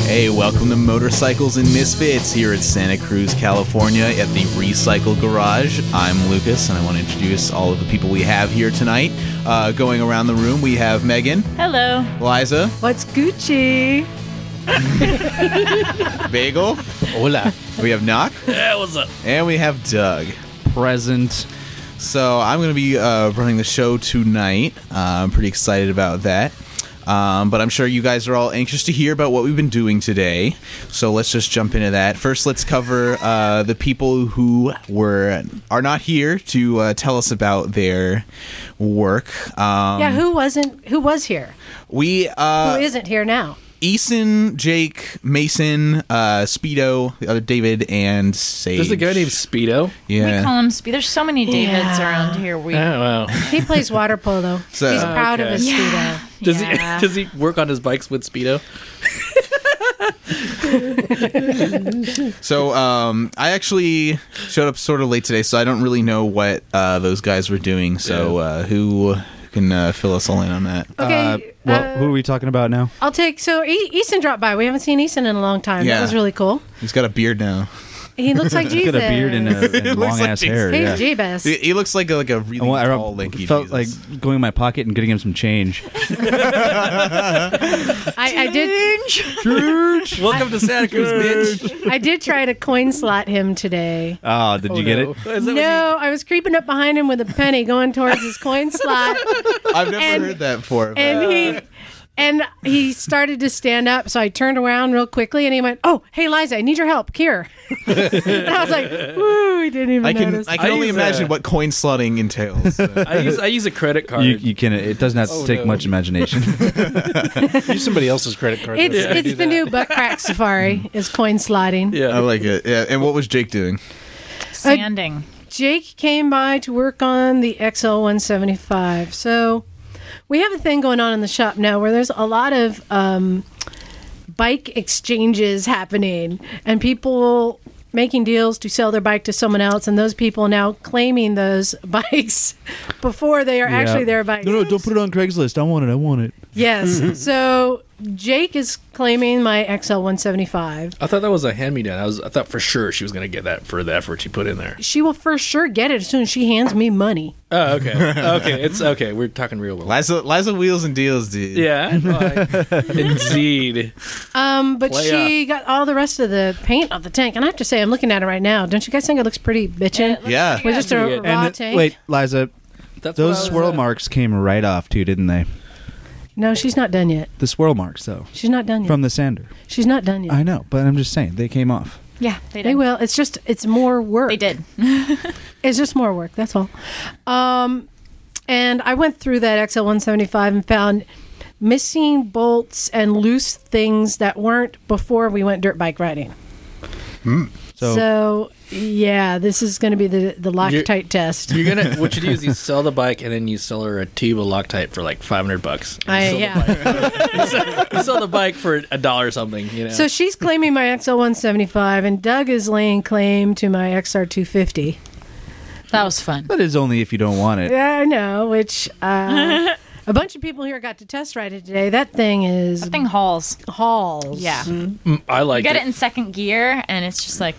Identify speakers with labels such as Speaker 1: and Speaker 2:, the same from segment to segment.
Speaker 1: Hey, welcome to Motorcycles and Misfits here at Santa Cruz, California at the Recycle Garage. I'm Lucas and I want to introduce all of the people we have here tonight. Uh, going around the room, we have Megan,
Speaker 2: Hello.
Speaker 1: Liza,
Speaker 3: What's Gucci?
Speaker 1: Bagel,
Speaker 4: Hola.
Speaker 1: we have Knock,
Speaker 4: yeah, what's up?
Speaker 1: and we have Doug.
Speaker 4: Present.
Speaker 1: So I'm going to be uh, running the show tonight. Uh, I'm pretty excited about that. Um, but I'm sure you guys are all anxious to hear about what we've been doing today. So let's just jump into that. First, let's cover uh, the people who were are not here to uh, tell us about their work. Um,
Speaker 3: yeah, who wasn't? Who was here?
Speaker 1: we uh,
Speaker 3: Who isn't here now?
Speaker 1: Eason, Jake, Mason, uh, Speedo, the other David, and Sage.
Speaker 4: There's a guy named Speedo.
Speaker 1: yeah.
Speaker 2: We call him Speed. There's so many Davids
Speaker 3: Yeah.
Speaker 2: around here. We
Speaker 4: Oh, wow.
Speaker 3: He plays water polo.
Speaker 1: So-
Speaker 3: He's proud of
Speaker 4: Okay.
Speaker 3: his
Speaker 2: Yeah.
Speaker 3: speedo.
Speaker 4: Does
Speaker 2: Yeah.
Speaker 4: he does he work on his bikes with Speedo?
Speaker 1: So um, I actually showed up sort of late today, so I don't really know what uh, those guys were doing. So uh, who can uh, fill us all in on that?
Speaker 3: Okay,
Speaker 5: Uh, well,
Speaker 3: uh,
Speaker 5: who are we talking about now?
Speaker 3: I'll take. So e- Easton dropped by. We haven't seen Easton in a long time.
Speaker 1: Yeah.
Speaker 3: That was really cool.
Speaker 1: He's got a beard now.
Speaker 3: He looks like Jesus.
Speaker 5: Got a beard and, a- and long ass hair.
Speaker 3: Hey,
Speaker 5: yeah.
Speaker 3: Jebus.
Speaker 1: He, he looks like a, like a really
Speaker 5: I, want- I
Speaker 1: tall, lanky
Speaker 5: felt
Speaker 1: Jesus.
Speaker 5: like going in my pocket and getting him some change.
Speaker 3: I, I did.
Speaker 5: Church.
Speaker 4: Welcome to Santa Cruz, bitch.
Speaker 3: I did try to coin slot him today.
Speaker 5: Oh, did you get it?
Speaker 3: No, I was creeping up behind him with a penny going towards his coin slot,
Speaker 1: I've never
Speaker 3: and-
Speaker 1: heard that before. but-
Speaker 3: and he and he started to stand up. So I turned around real quickly, and he went, "Oh, hey, Liza, I need your help here." and I was like, "Woo!" He didn't even
Speaker 1: I can
Speaker 3: notice.
Speaker 1: I can
Speaker 4: I
Speaker 1: only
Speaker 4: use,
Speaker 1: imagine
Speaker 4: uh,
Speaker 1: what coin slotting entails. Uh,
Speaker 4: I use I use a credit card.
Speaker 5: You, you can. It doesn't have to
Speaker 4: Oh,
Speaker 5: take
Speaker 4: no.
Speaker 5: much imagination.
Speaker 6: Use somebody else's credit card.
Speaker 3: it's
Speaker 6: though.
Speaker 3: it's the new butt crack safari is coin slotting.
Speaker 1: I
Speaker 4: yeah.
Speaker 1: like it. Yeah. And what was Jake doing?
Speaker 2: sanding.
Speaker 3: Jake came by to work on the XL 175. So we have a thing going on in the shop now where there's a lot of um, bike exchanges happening and people making deals to sell their bike to someone else and those people now claiming those bikes before they are
Speaker 5: Yeah.
Speaker 3: actually their bikes.
Speaker 5: don't put it on Craigslist. I want it. I want it.
Speaker 3: Yes. so Jake is claiming my XL 175.
Speaker 4: I thought that was a hand me down. I was I thought for sure she was gonna get that for the effort she put in there.
Speaker 3: She will for sure get it as soon as she hands me money.
Speaker 4: Oh, okay. okay. It's okay. We're talking real world.
Speaker 1: Liza, Liza wheels and deals, dude.
Speaker 4: Yeah. like, indeed.
Speaker 3: Um, but
Speaker 4: Play
Speaker 3: she got all the rest of the paint off the tank, and I have to say, I'm looking at it right now. Don't you guys think it looks pretty bitchin'?
Speaker 1: Yeah.
Speaker 3: With just a
Speaker 4: pretty good.
Speaker 3: raw
Speaker 5: And
Speaker 3: tank.
Speaker 5: wait, Liza,
Speaker 4: That's what I
Speaker 5: those
Speaker 4: was
Speaker 5: swirl
Speaker 4: at.
Speaker 5: marks came right off too, didn't they?
Speaker 3: No, she's not done yet.
Speaker 5: The swirl marks though,
Speaker 3: She's not done yet.
Speaker 5: from the sander.
Speaker 3: she's not done yet.
Speaker 5: I know, but I'm just saying they came off.
Speaker 2: Yeah, they did.
Speaker 3: they will. It's just it's more work.
Speaker 2: They did.
Speaker 3: It's just more work. That's all. Um, and I went through that XL 175 and found missing bolts and loose things that weren't before we went dirt bike riding.
Speaker 5: So,
Speaker 3: So, yeah, this is going to be the the Loctite test.
Speaker 4: You're gonna what you do is you sell the bike and then you sell her a tube of Loctite for like five hundred bucks. You
Speaker 3: I,
Speaker 4: sell the
Speaker 3: yeah.
Speaker 4: you sell the bike for a dollar or something, you know.
Speaker 3: So she's claiming my XL 175, and Doug is laying claim to my XR 250.
Speaker 2: That was fun.
Speaker 5: that is only if you don't want it.
Speaker 3: Yeah, I know, which uh, a bunch of people here got to test ride it today. That thing is
Speaker 2: That thing hauls.
Speaker 3: hauls.
Speaker 2: Yeah.
Speaker 4: Mm, I
Speaker 2: You
Speaker 4: like
Speaker 2: get
Speaker 4: it.
Speaker 2: it in second gear, and it's just like,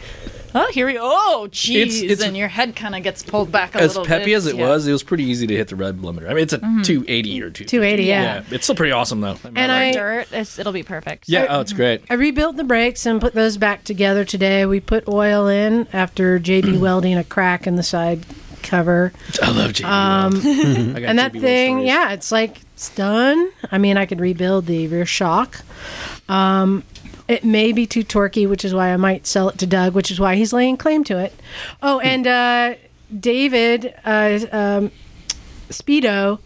Speaker 2: oh, here we Oh, jeez.
Speaker 4: It's- it's-
Speaker 2: And your head kind of gets pulled back a
Speaker 4: as
Speaker 2: little
Speaker 4: peppy
Speaker 2: bit.
Speaker 4: as it
Speaker 2: Yeah.
Speaker 4: was, it was pretty easy to hit the red limiter. I mean, it's a 280 or 250.
Speaker 3: 280, yeah.
Speaker 4: It's still pretty awesome though. I mean,
Speaker 3: And
Speaker 4: I like
Speaker 3: I-
Speaker 4: it.
Speaker 2: Dirt, it's, it'll be perfect.
Speaker 4: yeah, oh, it's great.
Speaker 3: I rebuilt the brakes and put those back together today. We put oil in after JB welding a crack in the side cover.
Speaker 4: I love JB. Um,
Speaker 3: and that thing, yeah, it's like it's done. I mean, I could rebuild the rear shock. Um, it may be too torquey, which is why I might sell it to Doug, which is why he's laying claim to it. Oh, and uh, David uh, um, Speedo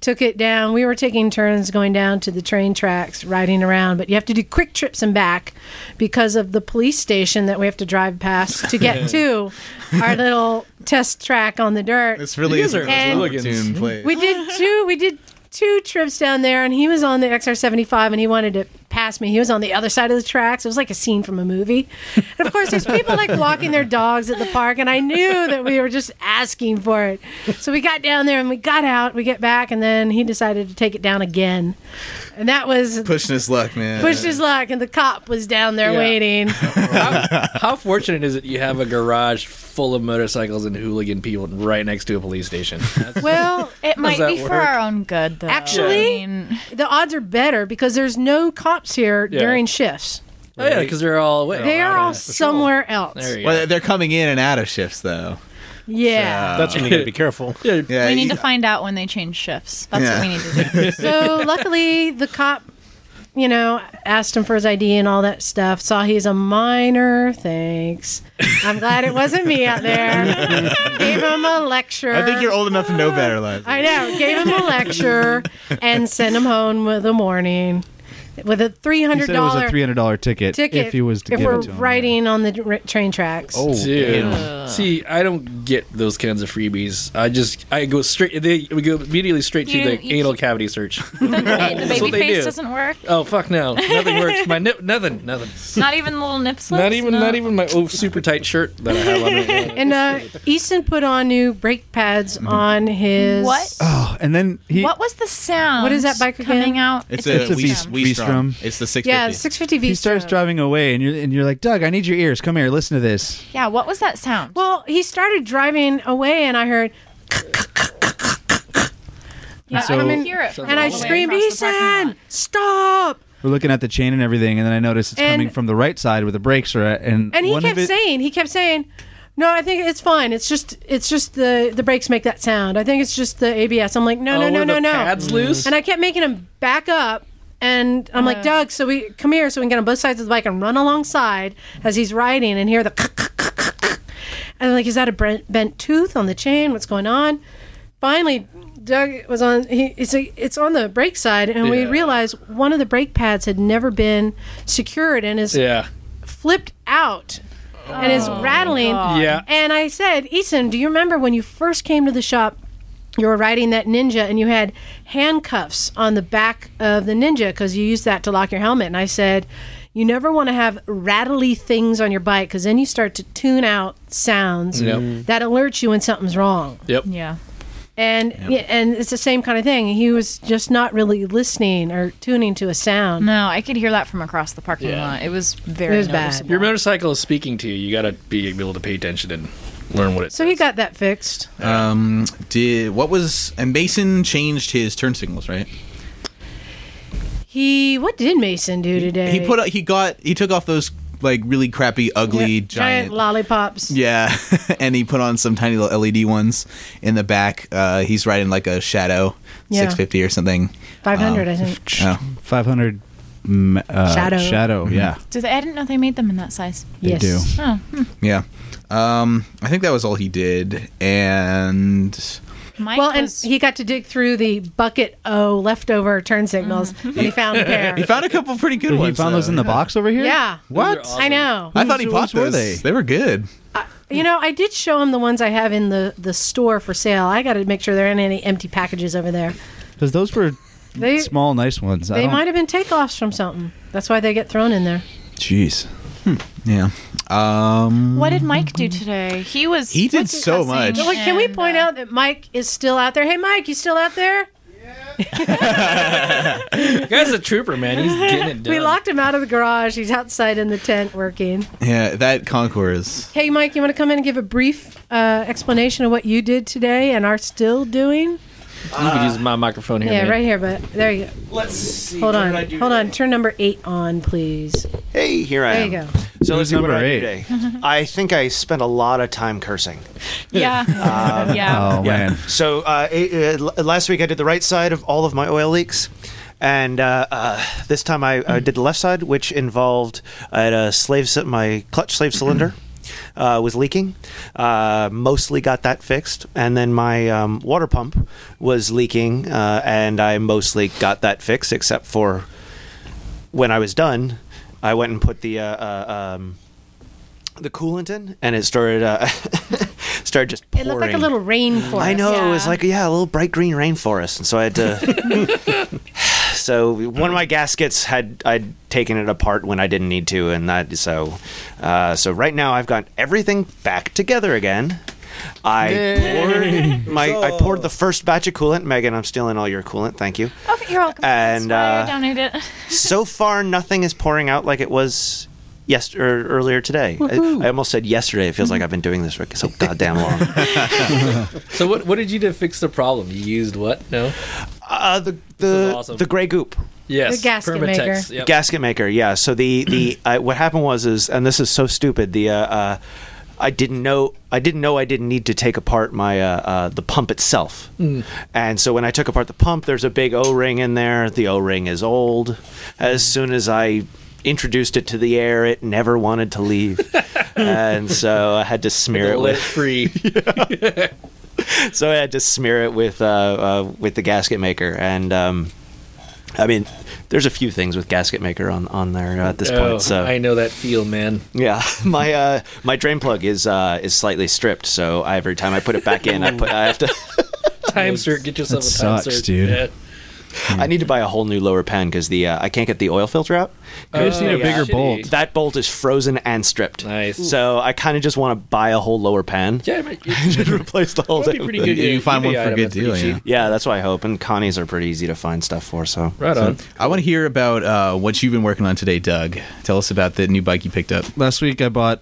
Speaker 3: took it down. We were taking turns going down to the train tracks, riding around, but you have to do quick trips and back because of the police station that we have to drive past to get to our little test track on the dirt.
Speaker 1: It's really
Speaker 4: You guys are
Speaker 1: an
Speaker 4: hooligans.
Speaker 1: opportune place.
Speaker 3: We did two. We did two trips down there, and he was on the XR75, and he wanted to pass past me. He was on the other side of the tracks. It was like a scene from a movie. And of course, there's people like walking their dogs at the park, and I knew that we were just asking for it. So we got down there and we got out. We get back, and then he decided to take it down again, and that was
Speaker 1: Pushing his luck, man.
Speaker 3: pushed his luck. And the cop was down there
Speaker 4: Yeah.
Speaker 3: waiting.
Speaker 4: how, how fortunate is it you have a garage full of motorcycles and hooligan people right next to a police station? That's-
Speaker 3: Well,
Speaker 2: It might
Speaker 4: that
Speaker 2: be
Speaker 4: work?
Speaker 2: for our own good, though.
Speaker 3: Actually-
Speaker 2: I mean,
Speaker 3: the odds are better because there's no cops here
Speaker 4: Yeah.
Speaker 3: during shifts.
Speaker 4: oh yeah, because they're all away.
Speaker 3: They are
Speaker 4: Patrol.
Speaker 3: all somewhere else.
Speaker 4: There you go.
Speaker 1: Well, they're coming in and out of shifts though.
Speaker 3: Yeah.
Speaker 6: That's when you gotta be careful.
Speaker 1: Yeah,
Speaker 2: we need
Speaker 1: you-
Speaker 2: to find out when they change shifts. That's
Speaker 1: Yeah.
Speaker 2: what we need to do.
Speaker 3: so luckily, the cop, you know, asked him for his ID and all that stuff. Saw he's a minor. Thanks. I'm glad it wasn't me out there. Gave him a lecture.
Speaker 1: I think you're old enough to know better, Leslie.
Speaker 3: I know. Gave him a lecture and sent him home with a warning, with a three
Speaker 5: He
Speaker 3: hundred
Speaker 5: said it was a
Speaker 3: dollar
Speaker 5: three hundred dollar ticket,
Speaker 3: ticket.
Speaker 5: if he was to
Speaker 3: if
Speaker 5: give
Speaker 3: we're
Speaker 5: it to him.
Speaker 3: riding on the r- train tracks.
Speaker 5: Oh,
Speaker 4: Dude,
Speaker 5: damn.
Speaker 4: see, I don't get those kinds of freebies. I just, I go straight. They we go immediately straight
Speaker 2: You-
Speaker 4: to the
Speaker 2: you-
Speaker 4: anal cavity search.
Speaker 2: Hey, the
Speaker 4: That's
Speaker 2: baby
Speaker 4: what they
Speaker 2: face
Speaker 4: do.
Speaker 2: doesn't work.
Speaker 4: oh fuck no, nothing works. My nip, nothing, nothing.
Speaker 2: Not even the little nip slips.
Speaker 4: Not even,
Speaker 2: No.
Speaker 4: not even my oh, super tight shirt that I have on. Right now.
Speaker 3: And uh, Easton put on new brake pads
Speaker 5: Mm-hmm.
Speaker 3: on his.
Speaker 2: What?
Speaker 5: Oh, and then he
Speaker 2: What was the sound?
Speaker 3: What is that bike
Speaker 2: coming
Speaker 3: again?
Speaker 2: out?
Speaker 1: It's,
Speaker 5: It's
Speaker 1: a,
Speaker 5: a
Speaker 1: we
Speaker 5: Beast-
Speaker 1: we
Speaker 5: Beastrom.
Speaker 1: strum. It's the six.
Speaker 3: Yeah, 650 V.
Speaker 5: he starts
Speaker 3: strap.
Speaker 5: driving away, and you're and you're like, Doug, I need your ears. Come here, listen to this.
Speaker 2: Yeah, what was that sound?
Speaker 3: Well, he started driving away, and I heard,
Speaker 2: yeah,
Speaker 5: so-
Speaker 2: I can hear it.
Speaker 3: and I screamed, "Easton, stop!"
Speaker 5: We're looking at the chain and everything, and then I notice it's
Speaker 3: And-
Speaker 5: coming from the right side where the brakes are at, and
Speaker 3: And he
Speaker 5: one of
Speaker 3: kept
Speaker 5: it-
Speaker 3: saying, he kept saying, "No, I think it's fine. It's just, it's just the the brakes make that sound. I think it's just the ABS." I'm like, "No, no,
Speaker 4: Oh,
Speaker 3: no,
Speaker 4: were
Speaker 3: no,
Speaker 4: the
Speaker 3: no."
Speaker 4: Pads loose.
Speaker 3: And I kept making him back up. And I'm like, Doug, so we come here so we can get on both sides of the bike and run alongside as he's riding and hear the. And I'm like, is that a brent- bent tooth on the chain? What's going on? Finally, Doug was on. He, he's like, it's on the brake side, and we
Speaker 4: Yeah.
Speaker 3: realized one of the brake pads had never been secured and is
Speaker 4: yeah,
Speaker 3: flipped out and
Speaker 1: Oh,
Speaker 3: is rattling.
Speaker 4: yeah.
Speaker 3: And I said, Eason, do you remember when you first came to the shop? You were riding that ninja and you had handcuffs on the back of the ninja because you used that to lock your helmet. And I said, You never want to have rattly things on your bike because then you start to tune out sounds
Speaker 4: Yep.
Speaker 3: that alert you when something's wrong.
Speaker 4: Yep.
Speaker 2: Yeah.
Speaker 3: And yeah, and it's the same kind of thing. He was just not really listening or tuning to a sound.
Speaker 2: No, I could hear that from across the parking
Speaker 4: Yeah.
Speaker 2: lot. It was very
Speaker 3: It was bad.
Speaker 2: noticeable.
Speaker 4: Your motorcycle is speaking to you. You gotta be able to pay attention and learn what it.
Speaker 3: So he got that fixed.
Speaker 1: Um, did what was and Mason changed his turn signals, right?
Speaker 3: He what did Mason do today?
Speaker 1: He put he got he took off those like really crappy, ugly
Speaker 3: giant, lollipops.
Speaker 1: Yeah, and he put on some tiny little LED ones in the back. Uh, he's riding like a shadow,
Speaker 3: Yeah.
Speaker 1: six fifty or something.
Speaker 3: 500,
Speaker 5: Um,
Speaker 3: I think.
Speaker 1: Oh.
Speaker 5: five hundred uh,
Speaker 3: Shadow.
Speaker 5: Shadow, yeah,
Speaker 2: Do they, I didn't know they made them in that size.
Speaker 5: they
Speaker 3: yes.
Speaker 5: do.
Speaker 2: Oh,
Speaker 1: Yeah, um, I think that was all he did, and
Speaker 2: Mike
Speaker 3: Well, and
Speaker 2: was-
Speaker 3: he got to dig through the bucket O leftover turn signals, and he found a pair.
Speaker 1: he found a couple pretty good
Speaker 5: Dude,
Speaker 1: ones.
Speaker 5: he found those
Speaker 1: though.
Speaker 5: in the box over here.
Speaker 3: yeah.
Speaker 5: What?
Speaker 4: Those are
Speaker 3: I know.
Speaker 1: I thought he
Speaker 5: Whose
Speaker 1: bought
Speaker 5: ones were
Speaker 1: those.
Speaker 5: they?
Speaker 1: They were good.
Speaker 3: You know, I did show him the ones I have in the, the store for sale. I got to make sure there aren't any empty packages over there.
Speaker 5: because those were
Speaker 3: They
Speaker 5: small, nice ones. I
Speaker 3: they
Speaker 5: don't-
Speaker 3: might have been takeoffs from something. That's why they get thrown in there.
Speaker 5: Jeez.
Speaker 1: Hmm. Yeah. Um,
Speaker 2: what did Mike do today? He was.
Speaker 1: He did so much.
Speaker 3: But wait, can we point
Speaker 2: uh,
Speaker 3: out that Mike is still out there? Hey, Mike, you still out there?
Speaker 4: The guy's a trooper, man. He's getting it done.
Speaker 3: We locked him out of the garage. He's outside in the tent working.
Speaker 1: yeah, that concourse.
Speaker 3: Hey, Mike, you want to come in and give a brief uh, explanation of what you did today and are still doing?
Speaker 4: You could use my microphone here.
Speaker 3: Yeah,
Speaker 4: man.
Speaker 3: right here, but there you go.
Speaker 7: Let's see.
Speaker 3: Hold
Speaker 7: what
Speaker 3: on.
Speaker 7: did I do
Speaker 3: Hold on.
Speaker 7: today?
Speaker 3: Turn number eight on, please.
Speaker 7: Hey, here I
Speaker 3: There
Speaker 7: am.
Speaker 3: you go.
Speaker 7: So let's see
Speaker 5: Who's
Speaker 7: what
Speaker 5: number
Speaker 7: I
Speaker 5: eight?
Speaker 7: do today. I think I spent a lot of time cursing.
Speaker 2: Yeah. yeah.
Speaker 5: Oh man.
Speaker 7: So uh, it, uh, l- last week I did the right side of all of my oil leaks, and uh, uh, this time I uh, did the left side, which involved I had a slave c- my clutch slave cylinder. Uh, was leaking. Uh, mostly got that fixed, and then my um, water pump was leaking, uh, and I mostly got that fixed, except for when I was done, I went and put the uh, uh, um, the coolant in, and it started uh, started just
Speaker 3: It
Speaker 7: pouring.
Speaker 3: looked like a little rainforest.
Speaker 7: I know it was
Speaker 2: Yeah.
Speaker 7: like yeah, a little bright green rainforest, and so I had to So one of my gaskets had I'd taken it apart when I didn't need to, and that so uh, so right now I've got everything back together again. I poured my I poured the first batch of coolant, Megan. I'm stealing all your coolant. Thank you.
Speaker 2: Okay, you're welcome.
Speaker 7: And,
Speaker 2: That's
Speaker 7: uh,
Speaker 2: why I donate it.
Speaker 7: so far, nothing is pouring out like it was. Yes, or earlier today. I, I almost said yesterday. It feels like I've been doing this for so goddamn long.
Speaker 4: So what what did you do to fix the problem? You used what? No.
Speaker 7: Uh, the
Speaker 4: is
Speaker 7: the
Speaker 4: awesome.
Speaker 7: the gray goop
Speaker 4: Yes.
Speaker 3: The gasket
Speaker 4: Permatex.
Speaker 3: maker.
Speaker 4: Yep.
Speaker 7: gasket maker. Yeah. So the the uh, what happened was is and this is so stupid. The uh, uh, I didn't know I didn't know I didn't need to take apart my uh, uh, the pump itself.
Speaker 4: Mm.
Speaker 7: And so when I took apart the pump, there's a big O ring in there. The O ring is old.
Speaker 4: Mm.
Speaker 7: As soon as I introduced it to the air, it never wanted to leave. and so I had to smear it
Speaker 4: Let it
Speaker 7: with
Speaker 4: free.
Speaker 7: so I had to smear it with uh, uh, with the gasket maker, and um, I mean, there's a few things with gasket maker on on there uh, at this
Speaker 4: Oh,
Speaker 7: point. So
Speaker 4: I know that feel, man.
Speaker 7: yeah, my uh, my drain plug is uh, is slightly stripped, so I- every time I put it back in, I put I have to
Speaker 4: Time cert. Get yourself
Speaker 5: That
Speaker 4: a time
Speaker 5: sucks,
Speaker 4: cert.
Speaker 5: dude.
Speaker 4: Yeah.
Speaker 7: I need to buy a whole new lower pan because the uh, I can't get the oil filter out.
Speaker 5: I just need a
Speaker 3: Oh,
Speaker 4: yeah.
Speaker 5: bigger
Speaker 4: Shitty.
Speaker 5: bolt.
Speaker 7: That bolt is frozen and stripped.
Speaker 4: Nice.
Speaker 7: So I kind of just want to buy a whole lower pan
Speaker 4: Yeah, but you
Speaker 7: and replace the whole
Speaker 4: that'd
Speaker 7: thing.
Speaker 4: be pretty
Speaker 7: with
Speaker 4: good.
Speaker 7: it.
Speaker 1: You find one for a
Speaker 4: item,
Speaker 1: good
Speaker 4: that's pretty
Speaker 1: deal, yeah.
Speaker 4: cheap.
Speaker 7: Yeah, that's what I hope. And Connie's are pretty easy to find stuff for. So
Speaker 4: Right on.
Speaker 1: I want to hear about uh, what you've been working on today, Doug. Tell us about the new bike you picked up.
Speaker 5: Last week I bought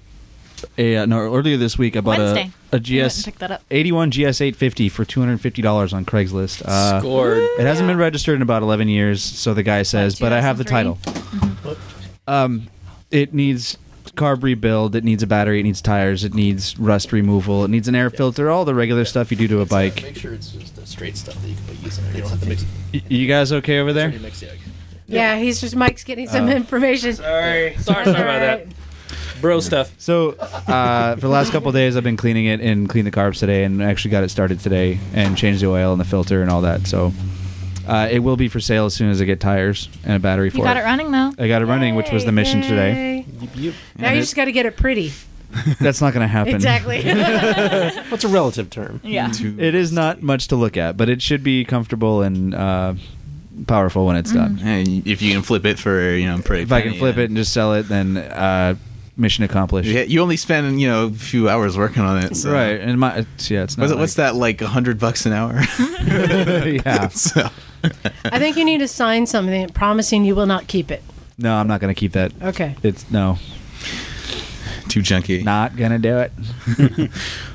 Speaker 5: a uh, no earlier this week I bought
Speaker 2: Wednesday.
Speaker 5: a a
Speaker 2: You went and
Speaker 5: GS
Speaker 2: picked that up.
Speaker 5: 81 GS 850 for 250 dollars on Craigslist. Uh,
Speaker 4: Scored.
Speaker 5: It hasn't been registered in about 11 years, so the guy says, but I have the
Speaker 2: 2003.
Speaker 5: title. Um, it needs carb rebuild, it needs a battery, it needs tires, it needs rust removal, it needs an air filter, all the regular stuff you do to a bike.
Speaker 8: Make sure it's just the straight stuff that you can put yeast in there. You don't have to mix
Speaker 5: Y- You guys okay over there?
Speaker 8: it. Mix the egg.
Speaker 3: Yeah, he's just Mike's getting some information.
Speaker 4: Sorry. Sorry about that. Bro stuff.
Speaker 5: So, uh, for the last couple of days, I've been cleaning it and cleaned the carbs today, and actually got it started today, and changed the oil and the filter and all that. So, uh, it will be for sale as soon as I get tires and a battery for
Speaker 2: You got it running though.
Speaker 5: I got it running, which was the mission today.
Speaker 3: Now you just got to get it pretty.
Speaker 5: That's not going to happen.
Speaker 3: Exactly.
Speaker 6: What's a relative term?
Speaker 2: Yeah.
Speaker 5: It is not much to look at, but it should be comfortable and uh, powerful when it's
Speaker 2: Mm-hmm.
Speaker 5: done.
Speaker 1: And if you can flip it for you know, pretty.
Speaker 5: If I can flip it and just sell it, then uh, mission accomplished.
Speaker 1: Yeah, you only spend you know a few hours working on it. So.
Speaker 5: Right, and my it's, yeah, it's not.
Speaker 1: Was it, what's that like? hundred bucks an hour.
Speaker 5: that? yeah,
Speaker 1: so
Speaker 3: I think you need to sign something promising you will not keep it.
Speaker 5: no, I'm not gonna keep that.
Speaker 3: Okay.
Speaker 5: It's no,
Speaker 1: too junky.
Speaker 5: not gonna do it.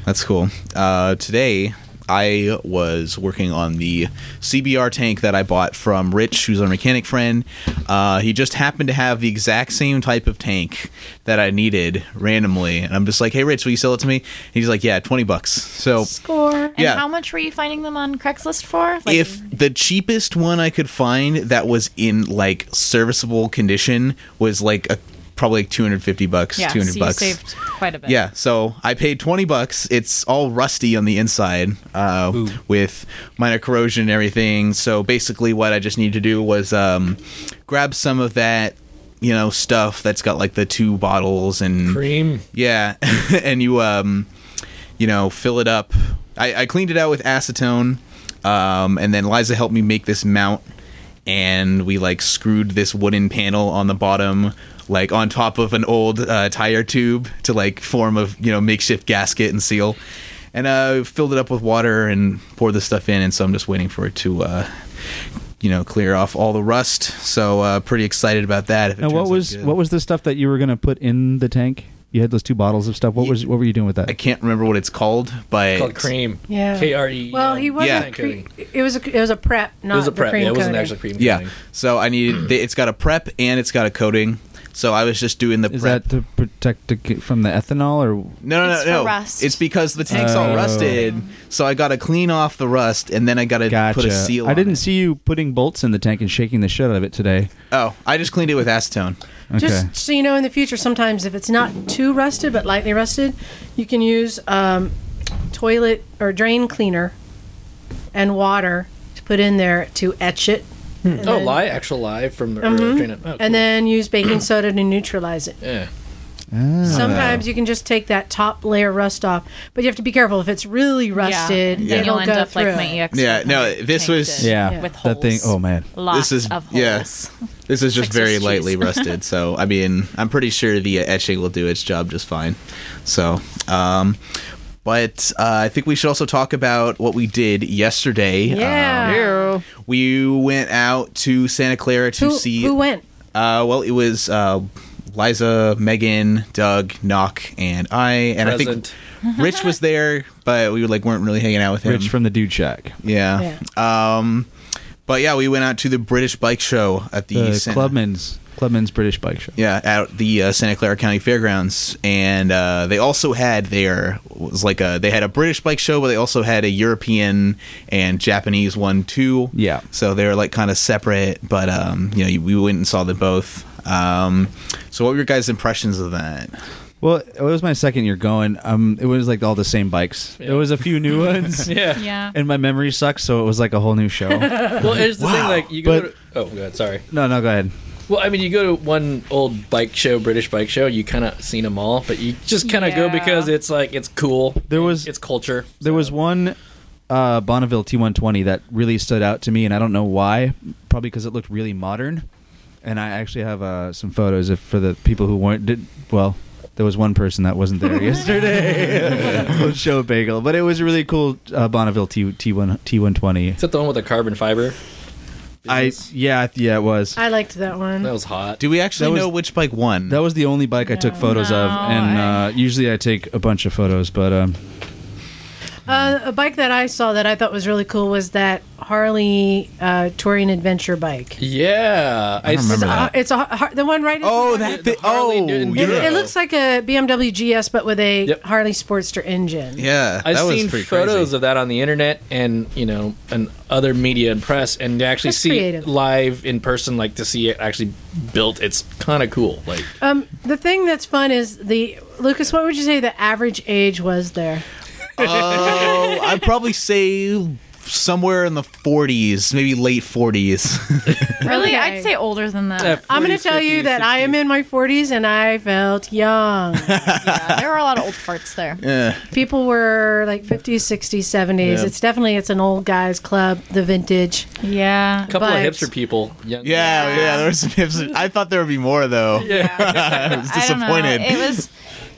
Speaker 1: That's cool. Uh, today, I was working on the CBR tank that I bought from Rich, who's our mechanic friend. Uh, he just happened to have the exact same type of tank that I needed randomly, and I'm just like, "Hey, Rich, will you sell it to me?" And he's like, "Yeah, twenty bucks." So
Speaker 3: Score.
Speaker 2: And
Speaker 1: Yeah.
Speaker 2: how much were you finding them on Craigslist for? Like,
Speaker 1: if the cheapest one I could find that was in like serviceable condition was like a probably like 250 bucks,
Speaker 2: yeah,
Speaker 1: 200
Speaker 2: so
Speaker 1: bucks.
Speaker 2: you saved quite a bit.
Speaker 1: Yeah, so I paid twenty bucks. It's all rusty on the inside, uh, with minor corrosion and everything. So basically, what I just needed to do was um, grab some of that, you know, stuff that's got like the two bottles and
Speaker 4: Cream.
Speaker 1: yeah, and you um, you know, fill it up. I, I cleaned it out with acetone, um, and then Liza helped me make this mount, and we like screwed this wooden panel on the bottom, like on top of an old uh, tire tube to like form a you know makeshift gasket and seal, and uh, filled it up with water and poured the stuff in, and so I'm just waiting for it to. Uh, you know, clear off all the rust. So uh, pretty excited about that. If it
Speaker 5: And
Speaker 1: turns
Speaker 5: what
Speaker 1: out
Speaker 5: was
Speaker 1: good.
Speaker 5: what was the stuff that you were gonna put in the tank? You had those two bottles of stuff. What was what were you doing with
Speaker 1: I
Speaker 5: that?
Speaker 1: can't remember what it's called, but
Speaker 4: Called cream.
Speaker 3: Yeah.
Speaker 4: K R E.
Speaker 3: Well, he wasn't.
Speaker 1: Yeah.
Speaker 3: cre- it was a it was a prep, not
Speaker 4: It was a
Speaker 3: the
Speaker 4: prep.
Speaker 3: cream
Speaker 4: Yeah, it wasn't
Speaker 3: coating.
Speaker 4: actually cream.
Speaker 1: Yeah.
Speaker 4: coating.
Speaker 1: So I needed. th- It's got a prep and it's got a coating. So I was just doing the
Speaker 5: Is
Speaker 1: prep.
Speaker 5: that to protect the, from the ethanol or
Speaker 1: no, no,
Speaker 2: It's
Speaker 1: no,
Speaker 2: for
Speaker 1: no.
Speaker 2: rust.
Speaker 1: It's because the tank's all
Speaker 5: Oh.
Speaker 1: rusted. So I got to clean off the rust and then I got to
Speaker 5: Gotcha.
Speaker 1: put a seal.
Speaker 5: I
Speaker 1: on
Speaker 5: didn't
Speaker 1: it.
Speaker 5: see you putting bolts in the tank and shaking the shit out of it today.
Speaker 1: Oh, I just cleaned it with acetone.
Speaker 5: Okay.
Speaker 3: Just so you know, in the future, sometimes if it's not too rusted but lightly rusted, you can use um, toilet or drain cleaner and water to put in there to etch it. And
Speaker 4: Oh,
Speaker 3: then-
Speaker 4: lie. Actual lie from the.
Speaker 3: Mhm.
Speaker 4: Or, train it. oh, cool.
Speaker 3: And then use baking soda to neutralize it.
Speaker 4: Yeah.
Speaker 5: Oh, Ah.
Speaker 3: Sometimes you can just take that top layer rust off, but you have to be careful if it's really rusted.
Speaker 2: Yeah.
Speaker 3: It'll
Speaker 2: You'll end
Speaker 3: go
Speaker 2: up
Speaker 3: through.
Speaker 2: like my ex.
Speaker 1: Yeah, no,
Speaker 2: with
Speaker 1: this was-
Speaker 2: tainted
Speaker 5: Yeah,
Speaker 2: with holes.
Speaker 5: that thing. Oh man,
Speaker 2: Lots
Speaker 1: is-
Speaker 2: of holes.
Speaker 1: yeah. This is just
Speaker 2: Texas
Speaker 1: very
Speaker 2: cheese.
Speaker 1: lightly rusted, so I mean, I'm pretty sure the etching will do its job just fine. So, um, but uh, I think we should also talk about what we did yesterday.
Speaker 3: Yeah.
Speaker 1: Um, we went out to Santa Clara to
Speaker 3: who,
Speaker 1: see.
Speaker 3: who went?
Speaker 1: Uh, well, it was uh, Liza, Megan, Doug, Knock, and I, and
Speaker 4: Present.
Speaker 1: I think Rich was there, but we like weren't really hanging out with him.
Speaker 5: Rich from the Dude Shack,
Speaker 1: yeah. Um, but yeah, we went out to the British Bike Show at the
Speaker 5: the
Speaker 1: Santa-
Speaker 5: Clubman's Clubman's British Bike Show.
Speaker 1: yeah, at the uh, Santa Clara County Fairgrounds, and uh, they also had their was like a they had a British bike show, but they also had a European and Japanese one too.
Speaker 5: Yeah.
Speaker 1: so they were like kind of separate, but um, you know, we went and saw them both. Um, so what were your guys' impressions of that?
Speaker 5: Well, it was my second year going. Um, it was like all the same bikes. There was a few new ones,
Speaker 4: Yeah.
Speaker 2: Yeah.
Speaker 5: and my memory sucks, so it was like a whole new show. no,
Speaker 4: Well, it's the thing like you go.
Speaker 5: But-
Speaker 4: to, oh god, sorry.
Speaker 5: no, go ahead.
Speaker 4: Well, I mean, you go to one old bike show, British bike show. You kind of seen them all, but you just kind of go
Speaker 2: Yeah.
Speaker 4: because it's like it's cool.
Speaker 5: There was-
Speaker 4: it's culture.
Speaker 5: There was one uh, Bonneville T120 that really stood out to me, and I don't know why. Probably because it looked really modern. And I actually have uh, some photos if, for the people who weren't. Did, well, there was one person that wasn't there yesterday. Old show bagel, but it was a really cool uh, Bonneville T T1 T120.
Speaker 4: Is that the one with the carbon fiber?
Speaker 5: I
Speaker 4: business?
Speaker 5: yeah I- yeah it was.
Speaker 3: I liked that one.
Speaker 4: That was hot.
Speaker 1: Do we actually
Speaker 5: That was-
Speaker 1: know which bike won?
Speaker 5: That was the only bike I took photos of,
Speaker 2: No,
Speaker 5: and
Speaker 2: I-
Speaker 5: uh, usually I take a bunch of photos, but um,
Speaker 3: Uh, a bike that I saw that I thought was really cool was that Harley uh, touring adventure bike.
Speaker 4: Yeah, I,
Speaker 5: remember
Speaker 4: saw-
Speaker 5: that.
Speaker 3: Uh, it's a har- the one right. in
Speaker 1: oh,
Speaker 3: front of
Speaker 1: that
Speaker 4: the
Speaker 1: thing!
Speaker 4: Harley
Speaker 1: Oh,
Speaker 4: Newton
Speaker 3: It,
Speaker 1: yeah,
Speaker 4: Euro.
Speaker 3: it looks like a BMW GS, but with a
Speaker 4: Yep.
Speaker 3: Harley Sportster engine.
Speaker 1: yeah.
Speaker 4: I've
Speaker 1: that was
Speaker 4: seen
Speaker 1: pretty
Speaker 4: photos
Speaker 1: crazy.
Speaker 4: of that on the internet and you know and other media and press, and to actually
Speaker 3: That's
Speaker 4: see
Speaker 3: creative.
Speaker 4: it live in person, like to see it actually built. It's kind of cool. Like
Speaker 3: Um, the thing that's fun is the Lucas. What would you say the average age was there?
Speaker 1: Oh, I'd probably say somewhere in the 40s, maybe late 40s.
Speaker 2: Really,
Speaker 3: Okay.
Speaker 2: I'd say older than that.
Speaker 3: I'm going to tell you that I am in my 40s and I felt young.
Speaker 2: yeah, there were a lot of old farts there.
Speaker 1: yeah.
Speaker 3: People were like 50s, 60s, 70s. It's definitely it's an old guys club, the vintage.
Speaker 2: Yeah.
Speaker 4: a couple of
Speaker 3: vibes.
Speaker 4: hipster people. Young,
Speaker 1: Yeah, yeah, there was some hipsters. I thought there would be more though. I was disappointed.
Speaker 2: I don't know. It was,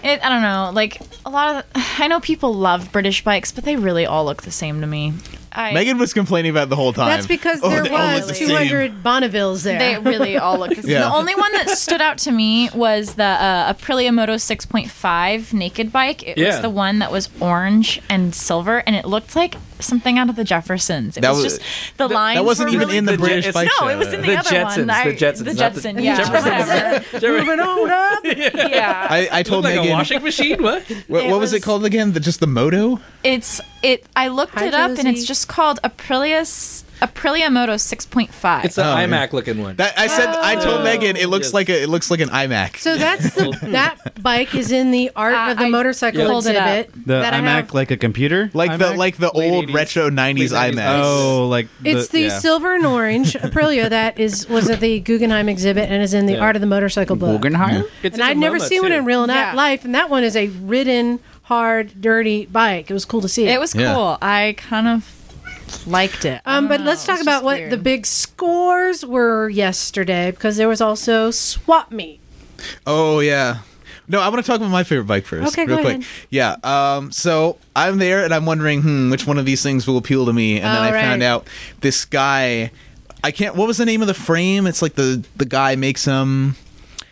Speaker 2: it. I don't know. Like a lot of, I know people love British bikes, but they really all look the same to me. I,
Speaker 1: Megan was complaining about it the whole time.
Speaker 3: That's because
Speaker 1: Oh,
Speaker 3: there
Speaker 1: they all look the
Speaker 3: was
Speaker 1: same.
Speaker 3: 200 Bonnevilles there.
Speaker 2: They really all look the same.
Speaker 1: Yeah.
Speaker 2: The only one that stood out to me was the uh, Aprilia Moto 6.5 naked bike. It
Speaker 4: Yeah.
Speaker 2: was the one that was orange and silver, and it looked like something out of the Jeffersons. It
Speaker 1: That
Speaker 2: was,
Speaker 1: was-
Speaker 2: just the lines.
Speaker 1: That wasn't
Speaker 2: were
Speaker 1: even
Speaker 2: really
Speaker 1: in the,
Speaker 4: The
Speaker 1: British
Speaker 4: Jets-
Speaker 1: bike show.
Speaker 2: No, it was in the,
Speaker 4: The
Speaker 2: other one.
Speaker 4: Jetsons,
Speaker 2: I-
Speaker 4: the Jetsons,
Speaker 2: The
Speaker 4: not the-
Speaker 2: Jetson. yeah.
Speaker 4: Jeffersons.
Speaker 2: Whatever.
Speaker 3: Moving on up.
Speaker 2: yeah.
Speaker 1: I, I
Speaker 4: Looked
Speaker 1: told
Speaker 4: like
Speaker 1: Megan.
Speaker 4: a washing machine. What?
Speaker 1: what,
Speaker 2: It
Speaker 1: what was, it
Speaker 2: was-
Speaker 1: called again? The, just the moto?
Speaker 2: It's it. I looked
Speaker 3: Hi,
Speaker 2: it up, and it's
Speaker 3: Josie.
Speaker 2: just called Aprilia's Aprilia Moto 6.5.
Speaker 4: It's an
Speaker 1: Oh, yeah.
Speaker 4: iMac looking one.
Speaker 1: That I said.
Speaker 2: Uh,
Speaker 1: I told
Speaker 4: Oh.
Speaker 1: Megan it looks
Speaker 4: Yes.
Speaker 1: like a, it looks like an iMac.
Speaker 3: So that's the that bike is in the art
Speaker 2: Uh,
Speaker 3: of the
Speaker 2: I
Speaker 3: motorcycle
Speaker 2: pulled it up.
Speaker 3: exhibit.
Speaker 5: the
Speaker 3: that I
Speaker 5: iMac
Speaker 3: have.
Speaker 5: like a computer,
Speaker 1: like the
Speaker 5: iMac?
Speaker 1: like the
Speaker 4: Late
Speaker 1: old
Speaker 4: 80s.
Speaker 1: retro '90s
Speaker 4: Late 90s.
Speaker 1: iMac.
Speaker 5: oh like
Speaker 3: It's the
Speaker 5: yeah.
Speaker 3: silver and orange Aprilia that is was at the Guggenheim exhibit and is in the
Speaker 4: Yeah.
Speaker 3: art of the motorcycle book.
Speaker 4: It's
Speaker 3: and
Speaker 4: in
Speaker 3: I'd never
Speaker 4: MoMA,
Speaker 3: seen one
Speaker 4: too.
Speaker 3: in real ni-
Speaker 2: Yeah.
Speaker 3: life. And that one is a ridden, hard, dirty bike. It was cool to see it.
Speaker 2: it was
Speaker 1: Yeah.
Speaker 2: cool. I kind of liked it. I
Speaker 3: Um,
Speaker 2: don't
Speaker 3: but
Speaker 2: know.
Speaker 3: let's
Speaker 2: It
Speaker 3: talk
Speaker 2: was
Speaker 3: about
Speaker 2: oh, just
Speaker 3: what
Speaker 2: weird.
Speaker 3: the big scores were yesterday because there was also swap meet.
Speaker 1: Oh yeah. No, I want to talk about my favorite bike first.
Speaker 3: Okay,
Speaker 1: real
Speaker 3: go
Speaker 1: quick.
Speaker 3: ahead.
Speaker 1: Yeah. Um, so I'm there and I'm wondering, hmm, which one of these things will appeal to me? And then I
Speaker 3: All right.
Speaker 1: found out this guy. I can't. What was the name of the frame? It's like the the guy makes them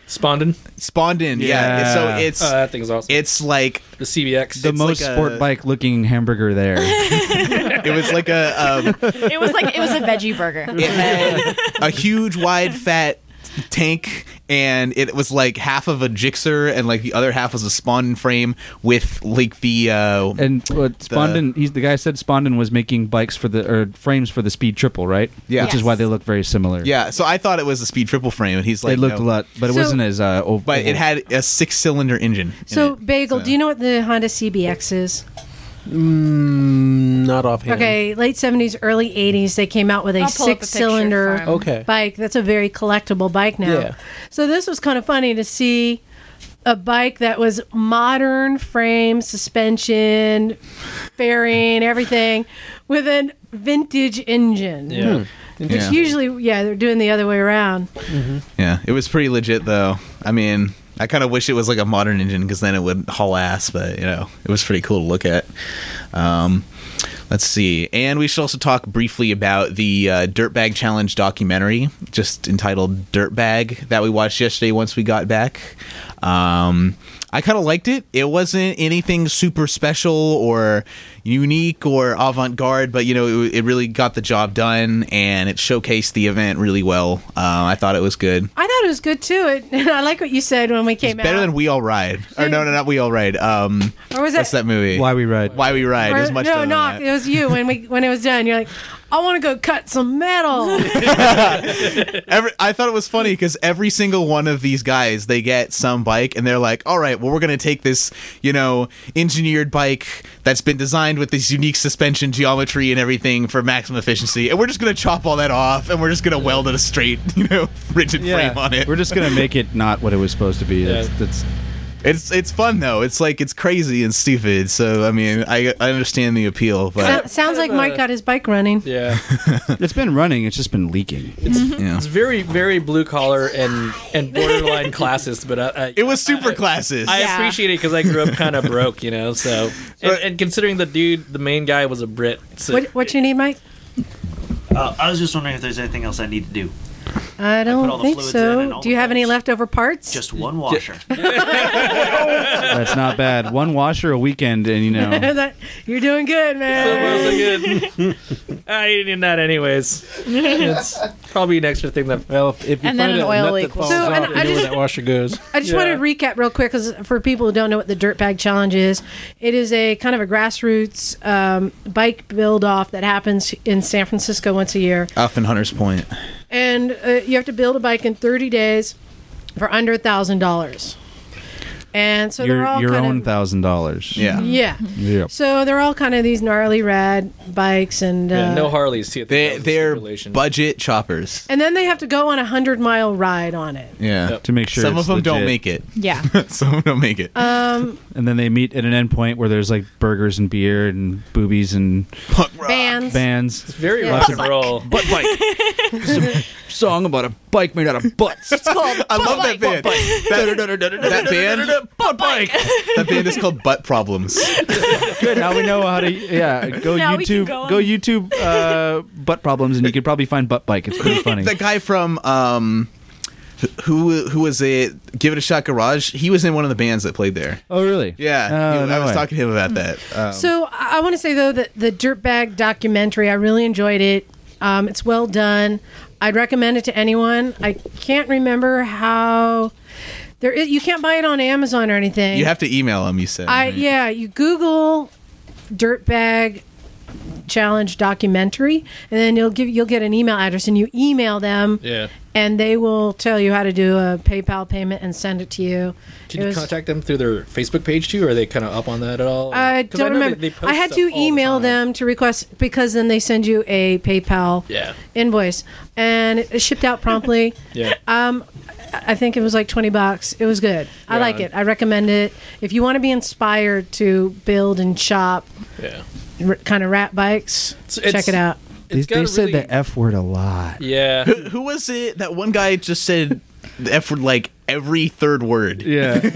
Speaker 4: Spondon.
Speaker 1: Spondin. Yeah.
Speaker 5: Yeah.
Speaker 1: So it's
Speaker 4: Oh, that thing's awesome.
Speaker 1: it's like
Speaker 4: the CVX.
Speaker 5: the
Speaker 1: it's
Speaker 5: most
Speaker 1: like a-
Speaker 5: sport bike looking hamburger there.
Speaker 1: it was like a um,
Speaker 2: It was like it was a veggie burger.
Speaker 1: it had a huge wide fat tank and it was like half of a jixer and like the other half was a Spondin frame with like the uh,
Speaker 5: And what Spondon? he's the guy said Spondon was making bikes for the or frames for the Speed Triple, right?
Speaker 1: Yeah.
Speaker 5: which is why
Speaker 2: Yes.
Speaker 5: they look very similar.
Speaker 1: Yeah, so I thought it was a speed triple frame, and he's
Speaker 5: they
Speaker 1: like,
Speaker 5: looked
Speaker 1: no.
Speaker 5: a lot, but it
Speaker 3: So-
Speaker 5: wasn't as uh. Oval.
Speaker 1: But it had a six-cylinder engine. in
Speaker 3: So,
Speaker 1: it.
Speaker 3: Bagel,
Speaker 1: so-
Speaker 3: do you know what the Honda CBX is?
Speaker 1: Mm,
Speaker 6: Not offhand.
Speaker 3: Okay, late 70s, early 80s, they came out with a
Speaker 2: I'll pull up a
Speaker 3: six cylinder
Speaker 2: picture from-
Speaker 6: Okay.
Speaker 3: bike. That's a very collectible bike now.
Speaker 6: Yeah.
Speaker 3: So, this was kind of funny to see a bike that was modern frame, suspension, fairing, everything, with a vintage engine.
Speaker 1: Hmm.
Speaker 4: Yeah.
Speaker 3: Which
Speaker 1: Yeah.
Speaker 3: usually, yeah, they're doing the other way around.
Speaker 1: Yeah, it was pretty legit though. I mean, I kind of wish it was like a modern engine because then it would haul ass. But you know, it was pretty cool to look at. Um, let's see, and we should also talk briefly about the uh, Dirtbag Challenge documentary, just entitled Dirtbag, that we watched yesterday once we got back. Um, I kind of liked it. It wasn't anything super special or unique or avant garde, but you know, it, it really got the job done and it showcased the event really well. Uh, I thought it was good.
Speaker 3: I thought it was good too. It, and I like what you said when we came
Speaker 1: It's better
Speaker 3: out.
Speaker 1: than We All Ride. Or no, no, not We All Ride. Um,
Speaker 3: Or was
Speaker 1: what's
Speaker 3: that-
Speaker 1: that movie?
Speaker 5: Why we ride?
Speaker 1: Why We Ride? It was
Speaker 3: Or-
Speaker 1: much
Speaker 3: no,
Speaker 1: better
Speaker 3: no,
Speaker 1: than
Speaker 3: it
Speaker 1: that.
Speaker 3: was you when we when it was done. You're like, I want to go cut some metal.
Speaker 1: Every, I thought it was funny because every single one of these guys, they get some bike and they're like, "All right, well, we're gonna take this, you know, engineered bike that's been designed with this unique suspension geometry and everything for maximum efficiency, and we're just gonna chop all that off and we're just gonna weld it a straight, you know, rigid frame on it.
Speaker 5: We're just gonna make it not what it was supposed to be. That's, that's
Speaker 1: It's it's fun though. It's like it's crazy and stupid. So I mean, I I understand the appeal, but
Speaker 3: Sou- sounds like Mike got his bike running.
Speaker 4: Yeah.
Speaker 5: it's been running. It's just been leaking.
Speaker 1: yeah.
Speaker 4: It's very, very blue collar and and borderline classist, but uh, I, I,
Speaker 1: It was super classes.
Speaker 4: I
Speaker 2: Yeah.
Speaker 4: appreciate it because I grew up kind of broke, you know. So, and, and considering the dude, the main guy was a Brit. So
Speaker 3: What what you need, Mike?
Speaker 7: Uh, I was just wondering if there's anything else I need to do.
Speaker 3: I don't
Speaker 7: all the
Speaker 3: think
Speaker 7: fluids in and
Speaker 3: so.
Speaker 7: all
Speaker 3: Do you
Speaker 7: the
Speaker 3: have any
Speaker 7: bolts.
Speaker 3: leftover parts?
Speaker 7: Just one washer.
Speaker 5: That's not bad. One washer a weekend, and you know.
Speaker 3: That- you're doing
Speaker 4: Well,
Speaker 3: good, man.
Speaker 4: so good. I didn't that anyways. It's probably an extra thing that.
Speaker 6: Well, if, if you
Speaker 2: And
Speaker 6: find
Speaker 2: then an
Speaker 6: a
Speaker 2: oil
Speaker 6: nut
Speaker 2: leak
Speaker 6: that
Speaker 2: will
Speaker 6: falls
Speaker 3: So,
Speaker 6: off,
Speaker 3: and
Speaker 6: you
Speaker 3: I
Speaker 6: know where
Speaker 3: just-
Speaker 6: that washer goes.
Speaker 3: I just want to recap real quick because for people who don't know what the Dirtbag Challenge is, it is a kind of a grassroots um, bike build off that happens in San Francisco once a year.
Speaker 1: Off in Hunter's Point.
Speaker 3: and uh, you have to build a bike in 30 days for under a thousand dollars. And so
Speaker 5: your
Speaker 3: they're all
Speaker 5: your
Speaker 3: kind
Speaker 5: own
Speaker 3: of,
Speaker 5: thousand dollars.
Speaker 1: Yeah.
Speaker 3: yeah.
Speaker 5: Yep.
Speaker 3: So they're all kind of these gnarly rad bikes, and uh,
Speaker 4: Yeah, no Harleys too. I think that
Speaker 1: They
Speaker 4: was a
Speaker 1: they're
Speaker 4: stipulation.
Speaker 1: budget choppers.
Speaker 3: and then they have to go on a hundred mile ride on it.
Speaker 1: Yeah.
Speaker 4: Yep.
Speaker 5: To make sure
Speaker 1: Some
Speaker 5: it's
Speaker 1: of them don't
Speaker 5: legit.
Speaker 1: make it.
Speaker 2: Yeah.
Speaker 1: Some of them don't make it.
Speaker 3: Um,
Speaker 5: and then they meet at an end point where there's like burgers and beer and boobies and
Speaker 1: Punk rock.
Speaker 3: Bands,
Speaker 5: bands.
Speaker 4: very
Speaker 3: Yeah.
Speaker 4: rock and roll.
Speaker 5: Butt bike. song about a bike made out of butts. It's called
Speaker 1: I love that band. That, that band.
Speaker 5: Butt bike.
Speaker 1: That band is called Butt Problems.
Speaker 5: Good. Now we know how to. Yeah. Go
Speaker 2: Now we can
Speaker 5: YouTube.
Speaker 2: go
Speaker 5: Go,
Speaker 2: on.
Speaker 5: YouTube. Uh, butt problems, and you could probably find butt bike. It's pretty funny.
Speaker 1: The guy from um, who who was it? Give it a shot. Garage. He was in one of the bands that played there.
Speaker 5: oh really?
Speaker 1: Yeah,
Speaker 5: Oh,
Speaker 1: he-
Speaker 5: no
Speaker 1: I was
Speaker 5: way.
Speaker 1: talking to him about that. Um,
Speaker 3: So I, I want to say though that the Dirtbag documentary, I really enjoyed it. Um, it's well done. I'd recommend it to anyone. I can't remember how there is. You can't buy it on Amazon or anything.
Speaker 1: you have to email him. You said.
Speaker 3: I
Speaker 1: right?
Speaker 3: yeah, you Google dirtbag challenge documentary, and then you'll give you'll get an email address, and you email them,
Speaker 4: Yeah.
Speaker 3: and they will tell you how to do a PayPal payment and send it to you.
Speaker 4: Did
Speaker 3: It
Speaker 4: you
Speaker 3: was-
Speaker 4: contact them through their Facebook page too? Or are they kind of up on that at all?
Speaker 3: I
Speaker 4: 'Cause
Speaker 3: don't
Speaker 4: know
Speaker 3: remember.
Speaker 4: they- they post
Speaker 3: I had
Speaker 4: stuff
Speaker 3: to
Speaker 4: all the
Speaker 3: email
Speaker 4: time.
Speaker 3: them to request because then they send you a PayPal
Speaker 4: Yeah.
Speaker 3: invoice, and it shipped out promptly.
Speaker 4: Yeah.
Speaker 3: Uh, I think it was like 20 bucks. It was good. I like
Speaker 4: Right.
Speaker 3: it. I recommend it. If you want to be inspired to build and shop
Speaker 4: yeah.
Speaker 3: r- kind of rat bikes,
Speaker 4: it's-
Speaker 3: check it out.
Speaker 5: They,
Speaker 4: It's got
Speaker 5: they
Speaker 4: a
Speaker 5: said
Speaker 4: really-
Speaker 5: the f word a lot.
Speaker 4: Yeah.
Speaker 1: Who, who was it? That one guy just said the f word like every third word.
Speaker 5: Yeah.
Speaker 1: he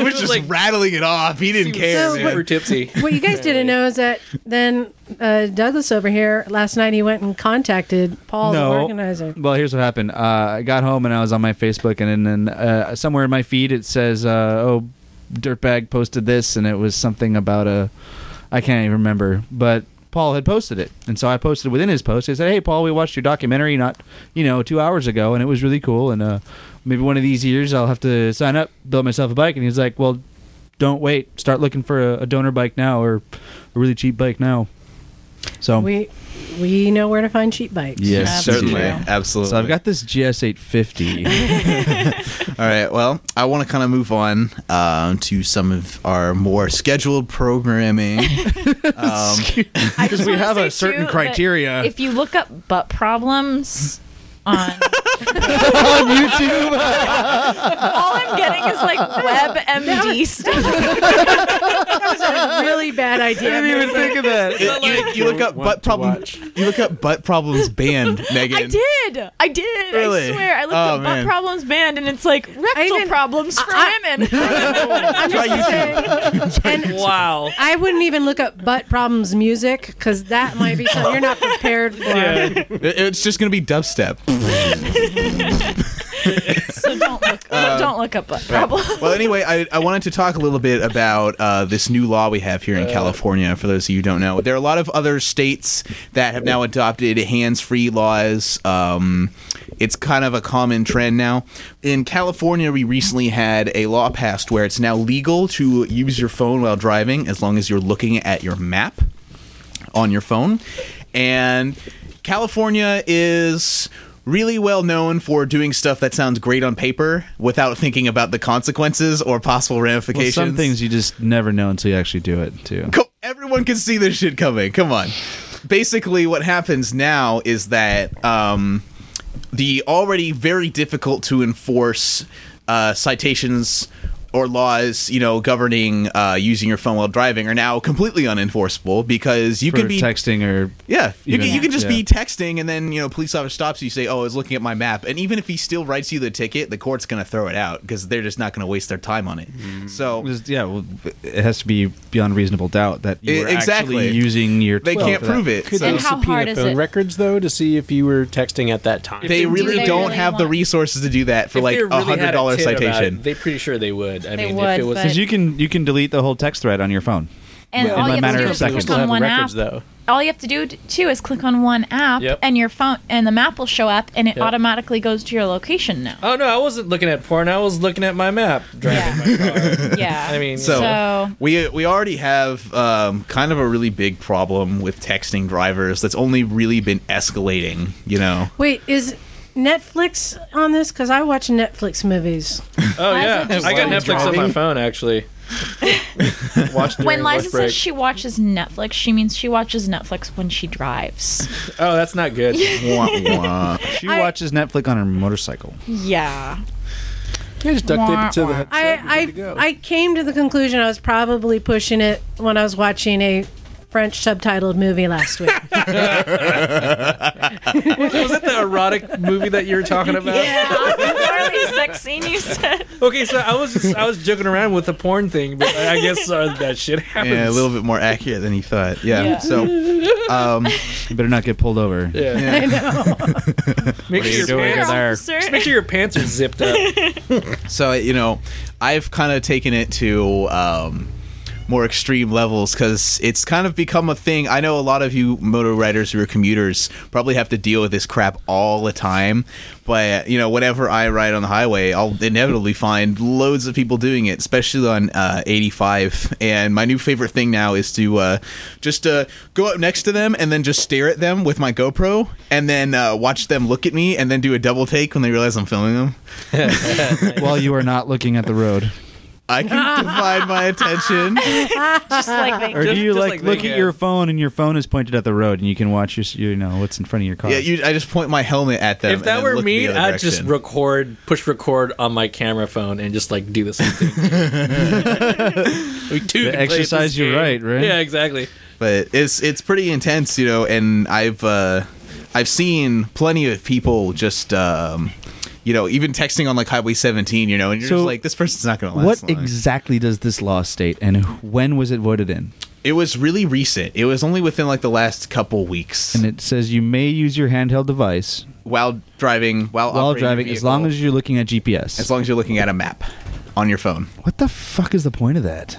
Speaker 1: was
Speaker 4: was
Speaker 1: just
Speaker 4: like-
Speaker 1: rattling it off. He didn't care.
Speaker 3: so
Speaker 1: man.
Speaker 3: what-
Speaker 4: Super tipsy.
Speaker 3: What you guys didn't know is that then uh, Douglas over here last night he went and contacted Paul, the organizer.
Speaker 5: Well, here's what happened. Uh, I got home and I was on my Facebook, and then uh, somewhere in my feed it says, uh, "Oh, dirtbag posted this," and it was something about a, I can't even remember, but Paul had posted it, and so I posted within his post. I said, "Hey, Paul, we watched your documentary not, you know, two hours ago, and it was really cool, and uh, maybe one of these years I'll have to sign up, build myself a bike." And he's like, "Well, don't wait. Start looking for a, a donor bike now, or a really cheap bike now." So
Speaker 3: We we know where to find cheap bikes.
Speaker 5: Yes,
Speaker 1: Certainly,
Speaker 5: Yeah.
Speaker 1: absolutely.
Speaker 5: So I've got this GS850.
Speaker 1: All right. Well, I want to kind of move on um, to some of our more scheduled programming. um,
Speaker 2: I just
Speaker 5: we
Speaker 2: wanna
Speaker 5: have
Speaker 2: say,
Speaker 5: a certain
Speaker 2: too, that
Speaker 5: criteria.
Speaker 2: If you look up butt problems on
Speaker 5: on YouTube.
Speaker 2: All I'm getting is like WebMD stuff.
Speaker 3: That's a really bad idea.
Speaker 5: I didn't even think of that.
Speaker 1: You, you look up
Speaker 6: want
Speaker 1: butt
Speaker 6: to
Speaker 1: problem.
Speaker 6: watch.
Speaker 1: You look up butt problems banned, Megan.
Speaker 2: I did. I did.
Speaker 1: Really?
Speaker 2: I swear. I looked
Speaker 1: Oh,
Speaker 2: up
Speaker 1: man.
Speaker 2: butt problems band and it's like rectal
Speaker 3: even-
Speaker 2: problems for
Speaker 3: I-
Speaker 2: women.
Speaker 3: I'm just gonna say- and
Speaker 4: Wow.
Speaker 3: I wouldn't even look up butt problems music because that might be something you're not prepared for.
Speaker 1: It- It's just gonna be dubstep.
Speaker 2: so don't look, don't look up butt problems.
Speaker 1: Well, anyway, I, I wanted to talk a little bit about uh, this new law we have here in California. For those of you who don't know, there are a lot of other states that have now adopted hands-free laws. Um, it's kind of a common trend now. In California, we recently had a law passed where it's now legal to use your phone while driving as long as you're looking at your map on your phone. And California is really well known for doing stuff that sounds great on paper without thinking about the consequences or possible
Speaker 5: Well,
Speaker 1: ramifications.
Speaker 5: some things you just never know until you actually do it, too.
Speaker 1: Co- everyone can see this shit coming. Come on. Basically, what happens now is that um, the already very difficult to enforce uh, citations or laws, you know, governing uh, using your phone while driving are now completely unenforceable because you
Speaker 5: For
Speaker 1: can be
Speaker 5: texting or
Speaker 1: yeah, you can,
Speaker 5: Even-
Speaker 1: you can just
Speaker 5: yeah.
Speaker 1: be texting, and then you know, police officer stops you. Say, "Oh, I was looking at my map," and even if he still writes you the ticket, the court's going to throw it out because they're just not going to waste their time on it. So
Speaker 5: Mm. Just- yeah, well, it has to be beyond reasonable doubt that
Speaker 1: E-
Speaker 5: you were
Speaker 1: exactly.
Speaker 5: actually using your.
Speaker 1: they
Speaker 5: phone
Speaker 1: can't
Speaker 5: for that.
Speaker 1: prove it.
Speaker 6: Could
Speaker 1: So
Speaker 6: they
Speaker 2: And how
Speaker 6: subpoena
Speaker 2: hard is
Speaker 6: phone
Speaker 2: it?
Speaker 6: records though to see if you were texting at that time?
Speaker 1: they really
Speaker 2: they
Speaker 1: don't
Speaker 2: really
Speaker 1: have the
Speaker 2: want-
Speaker 1: resources to do that for
Speaker 4: If
Speaker 1: like
Speaker 4: they really
Speaker 1: a hundred
Speaker 4: had a
Speaker 1: dollar
Speaker 4: tip about it,
Speaker 1: citation.
Speaker 4: they pretty sure they would. I
Speaker 2: They
Speaker 4: mean, if
Speaker 2: would,
Speaker 4: it was
Speaker 2: but-
Speaker 5: Because you can you can delete the whole text thread on your phone.
Speaker 2: And
Speaker 5: Yeah.
Speaker 2: all
Speaker 5: In a
Speaker 2: you have
Speaker 5: matter
Speaker 2: to do
Speaker 5: of
Speaker 2: is
Speaker 5: seconds.
Speaker 2: click on one
Speaker 6: records
Speaker 2: app.
Speaker 6: though.
Speaker 2: All you have to do t- too is click on one app,
Speaker 4: Yep.
Speaker 2: and your phone and the map will show up, and it
Speaker 4: Yep.
Speaker 2: automatically goes to your location now.
Speaker 4: oh no, I wasn't looking at porn. I was looking at my map driving my car.
Speaker 2: Yeah.
Speaker 4: I mean,
Speaker 1: So-
Speaker 2: so
Speaker 1: we we already have um, kind of a really big problem with texting drivers that's only really been escalating. You know,
Speaker 3: Wait, is Netflix on this? Because I watch Netflix movies.
Speaker 4: oh
Speaker 2: Liza
Speaker 4: yeah,
Speaker 2: just
Speaker 4: I got
Speaker 2: was
Speaker 4: Netflix on my phone actually. Watched
Speaker 2: When
Speaker 4: during lunch
Speaker 2: Liza
Speaker 4: break.
Speaker 2: says she watches Netflix, she means she watches Netflix when she drives.
Speaker 4: oh, that's not good.
Speaker 1: Wah, wah.
Speaker 5: She
Speaker 2: I-
Speaker 5: watches Netflix on her motorcycle.
Speaker 2: Yeah.
Speaker 6: Yeah, just duct tape it to the
Speaker 2: Wah, wah.
Speaker 3: I I, I came to the conclusion I was probably pushing it when I was watching a French subtitled movie last week.
Speaker 4: was that the erotic movie that you were talking about?
Speaker 2: Early sex scene you said.
Speaker 4: Okay, so I was just, I was joking around with the porn thing, but I guess uh, that shit happens.
Speaker 1: yeah, a little bit more accurate than he thought.
Speaker 2: Yeah.
Speaker 1: yeah. so um,
Speaker 5: You better not get pulled over.
Speaker 4: Yeah.
Speaker 1: yeah.
Speaker 4: Make
Speaker 5: What are
Speaker 4: sure,
Speaker 5: you
Speaker 4: your
Speaker 5: doing
Speaker 4: pants,
Speaker 5: over there?
Speaker 2: Officer.
Speaker 4: just make sure your pants are zipped up.
Speaker 1: So you know, I've kind of taken it to um, more extreme levels because it's kind of become a thing. I know a lot of you motor riders who are commuters probably have to deal with this crap all the time. But you know, whenever I ride on the highway, I'll inevitably find loads of people doing it, especially on uh, 85. And my new favorite thing now is to uh, just uh, go up next to them and then just stare at them with my GoPro, and then uh, watch them look at me, and then do a double take when they realize I'm filming them.
Speaker 5: While you are not looking at the road,
Speaker 1: I can divide my attention.
Speaker 2: Just like they
Speaker 5: or
Speaker 4: Just-
Speaker 5: do you
Speaker 4: just
Speaker 5: like,
Speaker 4: like they
Speaker 5: look at
Speaker 4: can.
Speaker 5: your phone and your phone is pointed at the road and you can watch your s- you know what's in front of your car?
Speaker 1: Yeah, you, I just point my helmet at them.
Speaker 4: if that were me, I'd just record, push record on my camera phone, and just like do the same thing. we two can play
Speaker 5: The
Speaker 4: at this
Speaker 5: exercise you're
Speaker 4: game.
Speaker 5: right, right?
Speaker 4: Yeah, exactly.
Speaker 1: But it's it's pretty intense, you know. And I've uh, I've seen plenty of people just um, you know even texting on like Highway 17, you know, and you're
Speaker 5: So
Speaker 1: just like, this person's not going to last.
Speaker 5: What
Speaker 1: long.
Speaker 5: exactly does this law state, and when was it voted in?
Speaker 1: it was really recent. It was only within like the last couple weeks.
Speaker 5: And it says you may use your handheld device
Speaker 1: while driving, while
Speaker 5: while
Speaker 1: operating your
Speaker 5: driving, as long
Speaker 1: vehicle,
Speaker 5: as you're looking at GPS.
Speaker 1: as long as you're looking at a map on your phone.
Speaker 5: what the fuck is the point of that?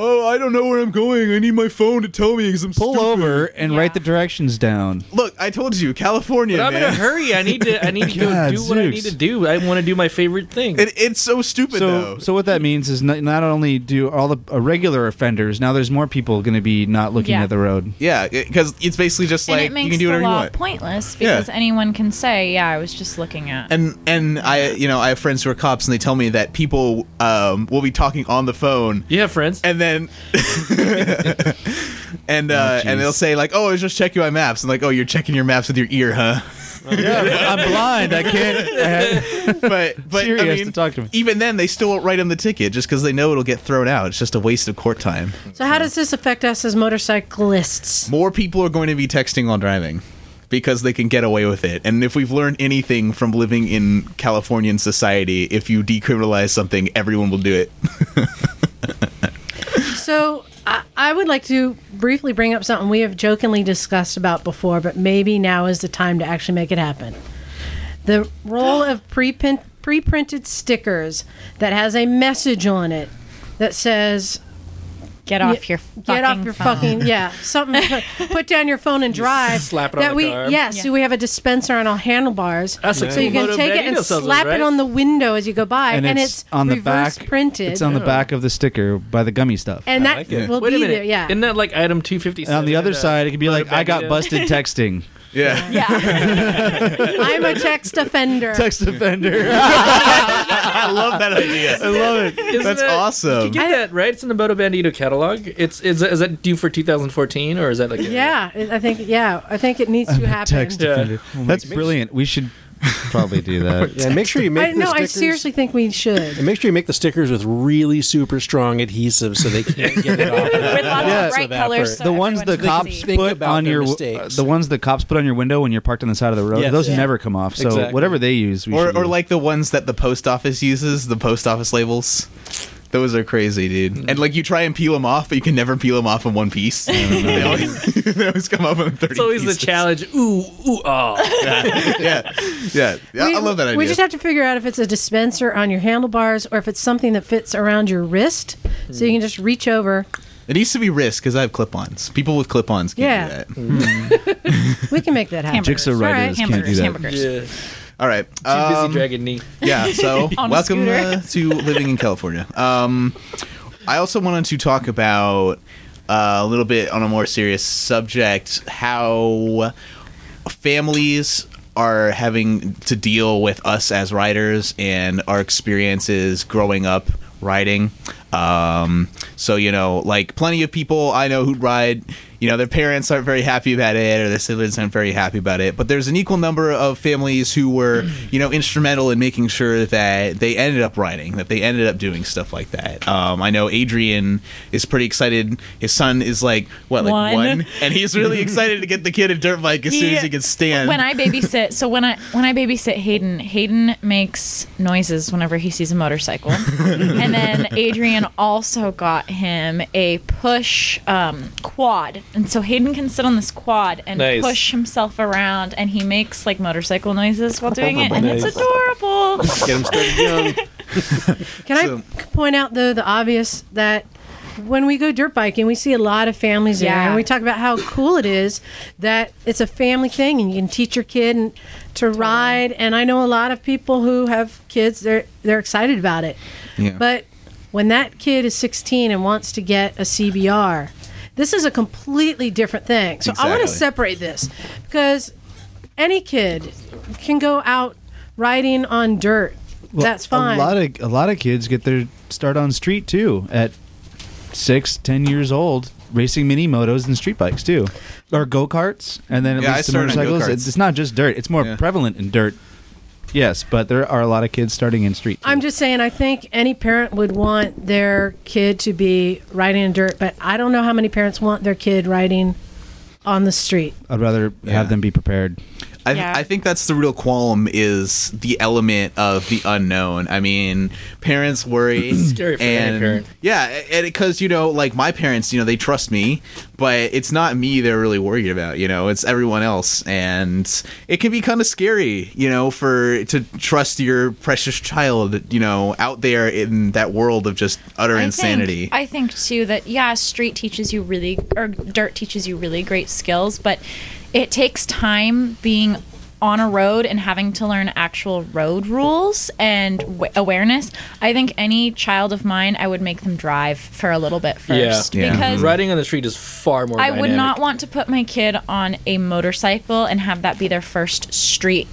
Speaker 1: Oh, I don't know where I'm going. I need my phone to tell me because I'm
Speaker 5: Pull over and
Speaker 2: Yeah.
Speaker 5: write the directions down.
Speaker 1: Look, I told you, California,
Speaker 4: But I'm in
Speaker 1: man.
Speaker 4: a hurry. I need to. I need to go
Speaker 5: God,
Speaker 4: do what I
Speaker 5: Zooks.
Speaker 4: need to do. I want to do my favorite thing.
Speaker 1: It, it's so stupid
Speaker 5: So,
Speaker 1: though.
Speaker 5: so what that means is not, not only do all the uh, regular offenders now, there's more people going to be not looking
Speaker 2: Yeah.
Speaker 5: at the road.
Speaker 1: yeah, because it's basically just
Speaker 2: and
Speaker 1: like
Speaker 2: it makes
Speaker 1: you can do
Speaker 2: the
Speaker 1: whatever you
Speaker 2: law
Speaker 1: want.
Speaker 2: pointless
Speaker 1: Yeah.
Speaker 2: because anyone can say, "Yeah, I was just looking at."
Speaker 1: and and I you know I have friends who are cops and they tell me that people um, will be talking on the phone
Speaker 4: you have friends.
Speaker 1: and then uh, and uh,
Speaker 5: Oh,
Speaker 1: and
Speaker 5: jeez.
Speaker 1: "Oh, they'll say like oh I was just checking my maps and like oh you're checking your maps with your ear huh
Speaker 5: I'm blind. I can't.
Speaker 1: but but
Speaker 5: Serious
Speaker 1: I
Speaker 5: to
Speaker 1: mean,
Speaker 5: talk to me.
Speaker 1: even then, they still won't write him the ticket just because they know it'll get thrown out. It's just a waste of court time.
Speaker 3: So how does this affect us as motorcyclists?
Speaker 1: More people are going to be texting while driving because they can get away with it. And if we've learned anything from living in Californian society, if you decriminalize something, everyone will do it.
Speaker 3: So I, I would like to briefly bring up something we have jokingly discussed about before, but maybe now is the time to actually make it happen. The roll of pre-print, pre-printed stickers that has a message on it that says
Speaker 2: Get off
Speaker 3: Yeah,
Speaker 2: your
Speaker 3: get off
Speaker 2: fucking
Speaker 3: your
Speaker 2: phone.
Speaker 3: fucking yeah something put down your phone and drive
Speaker 4: slap it on
Speaker 3: that
Speaker 4: the
Speaker 3: we
Speaker 4: car.
Speaker 3: yes
Speaker 2: Yeah.
Speaker 3: so we have a dispenser on our handlebars
Speaker 4: That's a
Speaker 3: so you can
Speaker 4: Komodo
Speaker 3: take it and
Speaker 4: Bandito sells those,
Speaker 3: slap
Speaker 4: right?
Speaker 3: it on the window as you go by and, it's,
Speaker 5: on the
Speaker 3: reverse
Speaker 5: back.
Speaker 3: printed
Speaker 5: It's on the back of the sticker by the gummy stuff.
Speaker 3: and that
Speaker 4: like it.
Speaker 3: will
Speaker 4: Wait
Speaker 3: be
Speaker 4: a minute.
Speaker 3: there yeah
Speaker 4: Isn't that like item 257?
Speaker 5: And on the other
Speaker 4: in
Speaker 5: side, it could be
Speaker 4: Komodo
Speaker 5: like, "I got
Speaker 4: Bandito?
Speaker 5: busted texting."
Speaker 1: Yeah.
Speaker 3: i'm a text offender
Speaker 5: Text offender.
Speaker 1: I love that idea. I love it.
Speaker 4: Isn't
Speaker 1: That's
Speaker 4: that-
Speaker 1: awesome.
Speaker 4: You get that right? It's in the Moto Bandito catalog. It's is, is that due for 2014 or is that like a,
Speaker 3: yeah it- i think yeah i think it needs to happen
Speaker 5: Text
Speaker 4: Yeah.
Speaker 5: offender. That's brilliant. We should probably do that.
Speaker 6: Yeah, make sure you make
Speaker 3: I,
Speaker 6: the
Speaker 3: no i
Speaker 6: stickers-
Speaker 3: seriously think we should
Speaker 6: And make sure you make the stickers with really super strong adhesive so they can't get it off.
Speaker 2: With lots
Speaker 5: Yeah.
Speaker 2: of bright
Speaker 6: So that
Speaker 2: colors.
Speaker 6: for-
Speaker 2: so
Speaker 5: the ones the
Speaker 2: everyone can
Speaker 5: cops
Speaker 2: see.
Speaker 6: Think
Speaker 5: put
Speaker 6: about
Speaker 5: on
Speaker 6: their
Speaker 5: your
Speaker 6: mistakes.
Speaker 5: the ones the cops put on your window when you're parked on the side of the road.
Speaker 6: Yes.
Speaker 5: Those
Speaker 6: Yeah.
Speaker 5: never come off. So
Speaker 6: Exactly.
Speaker 5: whatever they use, we
Speaker 1: or
Speaker 5: should
Speaker 1: or
Speaker 5: use.
Speaker 1: like the ones that the post office uses, the post office labels. Those are crazy, dude. And like you try and peel them off, but you can never peel them off in one piece. they, always, they always come off in thirty.
Speaker 4: It's always
Speaker 1: pieces.
Speaker 4: the challenge. Ooh, ooh, oh.
Speaker 1: Yeah, yeah. yeah. I love that idea.
Speaker 3: We just have to figure out if it's a dispenser on your handlebars or if it's something that fits around your wrist, so you can just reach over.
Speaker 1: it needs to be risk because I have clip-ons. People with clip-ons can't
Speaker 3: Yeah.
Speaker 1: do
Speaker 2: Mm.
Speaker 1: that.
Speaker 3: We can make that happen.
Speaker 2: Hamburgers.
Speaker 5: Jigsaw writers can't do
Speaker 2: hamburgers,
Speaker 5: that.
Speaker 2: hamburgers.
Speaker 4: Yeah. Too
Speaker 1: All right.
Speaker 4: busy
Speaker 1: um,
Speaker 4: dragging knee.
Speaker 1: yeah so
Speaker 2: On a
Speaker 1: welcome
Speaker 2: scooter.
Speaker 1: uh, to living in california um, i also wanted to talk about uh, a little bit on a more serious subject how families are having to deal with us as riders and our experiences growing up riding um, so you know like plenty of people i know who ride you know their parents aren't very happy about it or their siblings aren't very happy about it but there's an equal number of families who were you know instrumental in making sure that they ended up riding that they ended up doing stuff like that um, i know adrian is pretty excited his son is like what like
Speaker 2: One.
Speaker 1: one, and he's really excited to get the kid a dirt bike as soon as he can stand
Speaker 2: When I babysit, so when I when I babysit Hayden, Hayden makes noises whenever he sees a motorcycle, and then Adrian also got him a push um, quad, and so Hayden can sit on this quad and
Speaker 4: Nice.
Speaker 2: push himself around, and he makes like motorcycle noises while doing it, and it's adorable.
Speaker 6: Get them started young.
Speaker 3: Can
Speaker 1: So-
Speaker 3: I point out though the obvious that when we go dirt biking, we see a lot of families there,
Speaker 2: Yeah.
Speaker 3: and we talk about how cool it is that it's a family thing, and you can teach your kid and, to ride. And I know a lot of people who have kids; they're they're excited about it.
Speaker 1: Yeah.
Speaker 3: But when that kid is 16 and wants to get a CBR, this is a completely different thing. So I want to
Speaker 1: Exactly.
Speaker 3: separate this because any kid can go out riding on dirt. That's fine.
Speaker 5: A lot of a lot of kids get their start on street too at six, ten years old, racing mini motos and street bikes too, or go karts, and then at
Speaker 1: Yeah, I
Speaker 5: least the
Speaker 1: started on
Speaker 5: motorcycles.
Speaker 1: go-karts.
Speaker 5: It's, it's not just dirt; it's more
Speaker 1: Yeah.
Speaker 5: prevalent in dirt. Yes, but there are a lot of kids starting in street. too.
Speaker 3: I'm just saying, I think any parent would want their kid to be riding in dirt, but I don't know how many parents want their kid riding on the street.
Speaker 5: I'd rather
Speaker 1: Yeah.
Speaker 5: have them be prepared.
Speaker 1: I, th-
Speaker 2: Yeah.
Speaker 1: I think that's the real qualm is the element of the unknown. I mean, parents worry.
Speaker 4: Scary for any
Speaker 1: and-
Speaker 4: parent.
Speaker 1: Yeah, and because you know, like my parents, you know, they trust me, but it's not me they're really worried about. You know, it's everyone else, and it can be kind of scary, you know, for to trust your precious child, you know, out there in that world of just utter insanity.
Speaker 2: Think, I think too that yeah, street teaches you really or dirt teaches you really great skills, but it takes time being on a road and having to learn actual road rules and w- awareness. I think any child of mine, I would make them drive for a little bit first
Speaker 1: Yeah.
Speaker 2: because
Speaker 4: Riding on the street is far more.
Speaker 2: I would
Speaker 4: dynamic.
Speaker 2: not want to put my kid on a motorcycle and have that be their first street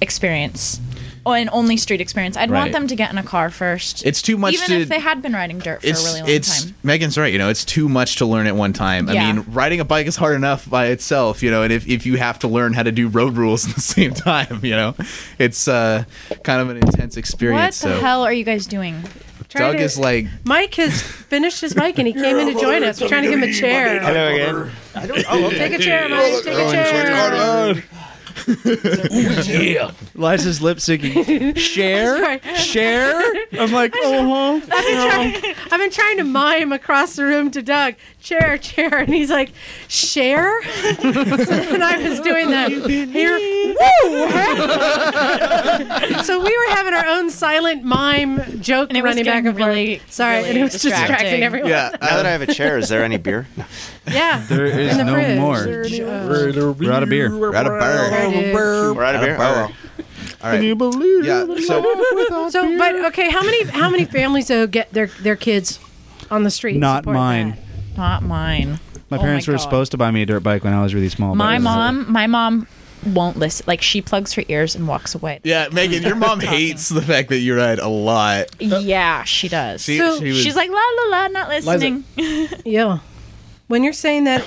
Speaker 2: experience. an only street experience. I'd
Speaker 1: Right.
Speaker 2: want them to get in a car first.
Speaker 1: It's too much
Speaker 2: Even
Speaker 1: to-
Speaker 2: if they had been riding dirt for a
Speaker 1: it's
Speaker 2: really long
Speaker 1: it's
Speaker 2: time.
Speaker 1: Megan's right. You know, it's too much to learn at one time. I
Speaker 2: Yeah.
Speaker 1: mean, riding a bike is hard enough by itself. You know, and if, if you have to learn how to do road rules at the same time, you know, it's uh, kind of an intense
Speaker 2: What
Speaker 1: experience.
Speaker 2: the
Speaker 1: so
Speaker 2: hell are you guys doing?
Speaker 1: Doug
Speaker 3: to-
Speaker 1: is like,
Speaker 3: Mike has finished his bike and he came in to join us. We're trying to give him a chair.
Speaker 7: Hello again. I don't. Oh, okay.
Speaker 3: Take a chair, Mike. Take a chair.
Speaker 5: Liza's lip syncing.
Speaker 3: Sorry.
Speaker 5: Share, share. I'm like, oh,
Speaker 1: "Uh-huh."
Speaker 5: huh.
Speaker 3: I've been trying to mime across the room to Doug, chair, chair, and he's like, share? and I was doing that. Here, woo! so we were having our own silent mime joke
Speaker 2: And it was
Speaker 3: running back
Speaker 2: getting
Speaker 3: and forth.
Speaker 2: really,
Speaker 3: Sorry,
Speaker 2: really
Speaker 3: and it was just
Speaker 2: distracting.
Speaker 3: distracting everyone.
Speaker 1: yeah,
Speaker 7: Now that I have a chair, is there any beer? No.
Speaker 3: Yeah.
Speaker 5: There is
Speaker 3: In the
Speaker 5: no
Speaker 3: fridge.
Speaker 5: more. We're out of beer.
Speaker 1: we're out of burn.
Speaker 7: We're out of beer. Oh, well.
Speaker 1: All right. Yeah. So
Speaker 3: So, but okay, how many how many families though get their their kids on the street? and
Speaker 5: Not
Speaker 3: support
Speaker 5: mine.
Speaker 3: that?
Speaker 2: Not mine.
Speaker 5: My
Speaker 2: Oh
Speaker 5: parents were
Speaker 2: God.
Speaker 5: supposed to buy me a dirt bike when I was really small. but
Speaker 2: My
Speaker 5: it was-
Speaker 2: mom, my mom won't listen. Like she plugs her ears and walks away.
Speaker 1: yeah, Megan, your mom hates the fact that you ride a lot.
Speaker 2: Yeah, she does.
Speaker 1: She,
Speaker 3: So,
Speaker 1: she was,
Speaker 2: She's like la la la, not listening.
Speaker 3: Yeah. When you're saying that,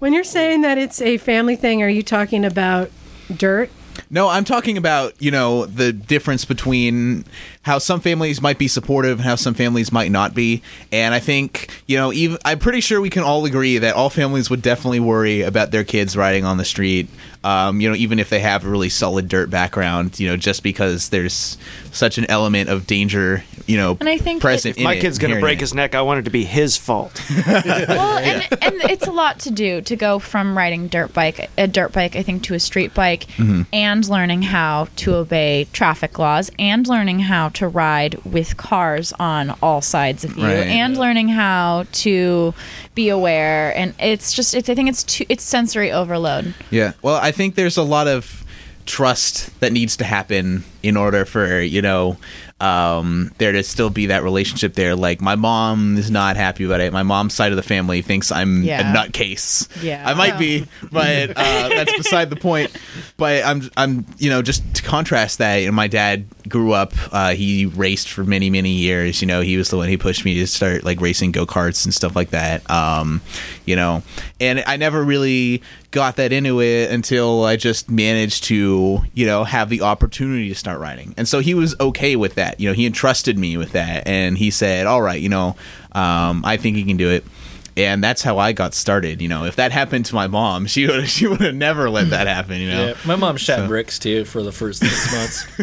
Speaker 3: when you're saying that it's a family thing, are you talking about dirt?
Speaker 1: No, I'm talking about, you know, the difference between how some families might be supportive and how some families might not be. And I think, you know, even I'm pretty sure we can all agree that all families would definitely worry about their kids riding on the street. Um, you know, even if they have a really solid dirt background, you know, just because there's such an element of danger, you know,
Speaker 2: And I think
Speaker 1: present.
Speaker 2: it-
Speaker 1: in
Speaker 7: My
Speaker 1: it,
Speaker 7: kid's gonna
Speaker 1: inherent
Speaker 7: break
Speaker 1: in it.
Speaker 7: his neck. I want it to be his fault.
Speaker 2: well, and, and it's a lot to do to go from riding dirt bike, a dirt bike, I think, to a street bike, and learning how to obey traffic laws, and learning how to ride with cars on all sides of you,
Speaker 1: Right.
Speaker 2: and learning how to be aware. And it's just, it's, I think it's too, it's sensory overload.
Speaker 1: Yeah. Well, I think there's a lot of trust that needs to happen in order for, you know, um, there to still be that relationship there. Like, my mom is not happy about it. My mom's side of the family thinks I'm
Speaker 2: Yeah.
Speaker 1: a nutcase.
Speaker 2: Yeah.
Speaker 1: I might be, but uh, that's beside the point. But I'm, I'm, you know, just to contrast that, you know, my dad grew up, uh, he raced for many, many years. You know, he was the one who pushed me to start like racing go karts and stuff like that. Um, you know, and I never really got that into it until I just managed to, you know, have the opportunity to start riding. And so he was okay with that. You know, he entrusted me with that. And he said, all right, you know, um, I think he can do it and that's how I got started. You know, if that happened to my mom, she would she would have never let that happen. You know,
Speaker 4: Yeah, my mom shat bricks too for the first six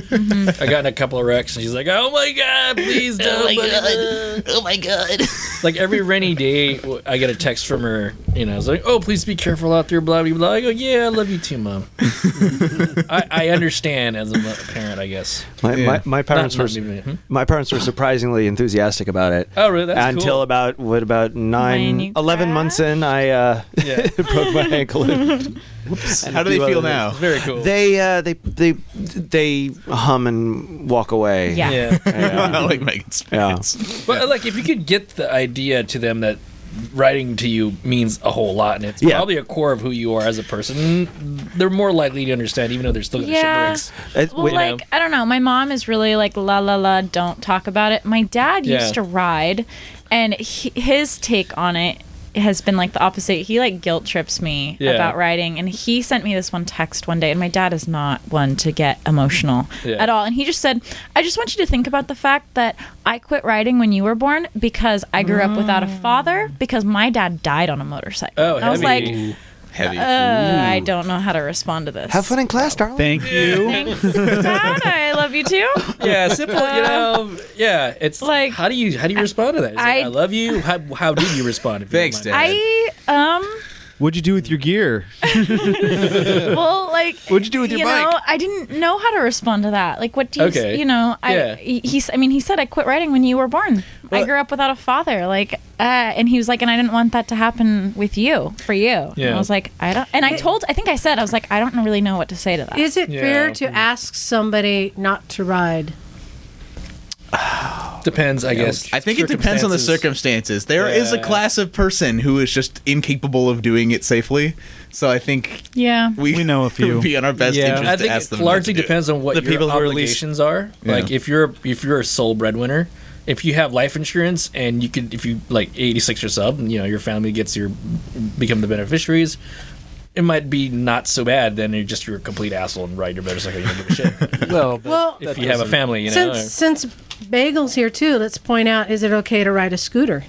Speaker 4: months. I got in a couple of wrecks, and she's like, "Oh my god, please don't!" Mm-hmm. Oh my god, oh my god. Like every rainy day, w- I get a text from her, and I was like, "Oh, please be careful out there." Blah blah blah. I go, "Yeah, I love you too, mom." I, I understand as a mo- parent, I guess.
Speaker 7: My, my, my parents
Speaker 4: Not-
Speaker 7: were
Speaker 4: not me, hmm?
Speaker 7: my parents were surprisingly enthusiastic about it.
Speaker 4: Oh, really? That's
Speaker 7: until
Speaker 4: cool.
Speaker 7: about what about
Speaker 2: When
Speaker 7: nine,
Speaker 2: you
Speaker 7: 11 months in, I uh,
Speaker 4: Yeah.
Speaker 7: broke my ankle. And
Speaker 1: how do they feel now?
Speaker 4: It's very cool.
Speaker 7: They uh, they they they hum and walk away.
Speaker 2: Yeah.
Speaker 4: yeah.
Speaker 7: Yeah.
Speaker 1: like Megan's parents.
Speaker 4: But like, if you could get the idea to them that writing to you means a whole lot, and it's
Speaker 7: Yeah.
Speaker 4: probably a core of who you are as a person, they're more likely to understand, even though they're still going to
Speaker 2: Yeah.
Speaker 4: shit bricks.
Speaker 7: It-
Speaker 2: Well,
Speaker 7: Uh, wait,
Speaker 2: like I don't know. My mom is really like la la la. Don't talk about it. My dad
Speaker 4: Yeah.
Speaker 2: used to ride, and he, his take on it has been like the opposite. He like guilt trips me
Speaker 4: Yeah.
Speaker 2: about riding, and he sent me this one text one day. And my dad is not one to get emotional
Speaker 4: Yeah.
Speaker 2: at all, and he just said, "I just want you to think about the fact that I quit riding when you were born because I grew up without a father because my dad died on a motorcycle."
Speaker 4: Mm. Oh,
Speaker 2: And I was
Speaker 4: heavy.
Speaker 2: like,
Speaker 1: Heavy.
Speaker 2: "Uh, I don't know how to respond to this."
Speaker 7: have fun in class, darling.
Speaker 5: Thank you.
Speaker 2: Thanks, Dad. I love you too.
Speaker 4: Yeah, simple. You know, yeah. It's like,
Speaker 2: Like,
Speaker 4: how do you how do you respond to that? It's like, I,
Speaker 2: I-
Speaker 4: love you. How, how did you respond? If you
Speaker 1: Thanks,
Speaker 4: don't mind?
Speaker 1: Dad.
Speaker 2: I um
Speaker 5: What'd you do with your gear?
Speaker 2: well like
Speaker 5: What'd you do with your
Speaker 2: you
Speaker 5: bike?
Speaker 2: know I didn't know how to respond to that like what do you
Speaker 4: Okay.
Speaker 2: you know I
Speaker 4: Yeah.
Speaker 2: he, he's I mean he said I quit writing when you were born I grew up without a father like uh, and he was like and I didn't want that to happen with you for you and
Speaker 4: Yeah.
Speaker 2: I was like I don't and I told I think I said I was like I don't really know what to say to that
Speaker 3: Is it
Speaker 4: Yeah.
Speaker 3: fair to ask somebody not to ride?
Speaker 4: Depends, I guess.
Speaker 1: I think it depends on the circumstances. There is a
Speaker 4: Yeah.
Speaker 1: class of person who is just incapable of doing it safely. So I think
Speaker 2: Yeah.
Speaker 1: we,
Speaker 5: We know a
Speaker 1: it would
Speaker 5: few.
Speaker 1: be in our best
Speaker 4: Yeah,
Speaker 1: interest
Speaker 4: I think
Speaker 1: to ask
Speaker 4: it
Speaker 1: them.
Speaker 4: largely
Speaker 1: not to do it.
Speaker 4: depends on what
Speaker 7: The
Speaker 4: your
Speaker 7: people who are least-
Speaker 4: obligations are. Like
Speaker 1: Yeah.
Speaker 4: if you're if you're a sole breadwinner, if you have life insurance and you could if you like 86 or sub, and, you know your family gets your become the beneficiaries. It might be not so bad. Then you're just you're a complete asshole and ride your motorcycle. You don't give a shit.
Speaker 6: Well, but
Speaker 3: Well,
Speaker 4: if you have a family, you know.
Speaker 3: since since Bagel's here too, let's point out: is it okay to ride a scooter?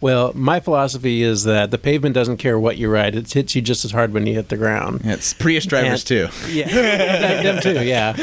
Speaker 6: well, my philosophy is that the pavement doesn't care what you ride; it hits you just as hard when you hit the ground.
Speaker 1: Yeah, it's Prius drivers too.
Speaker 6: Yeah, That- them too. Yeah,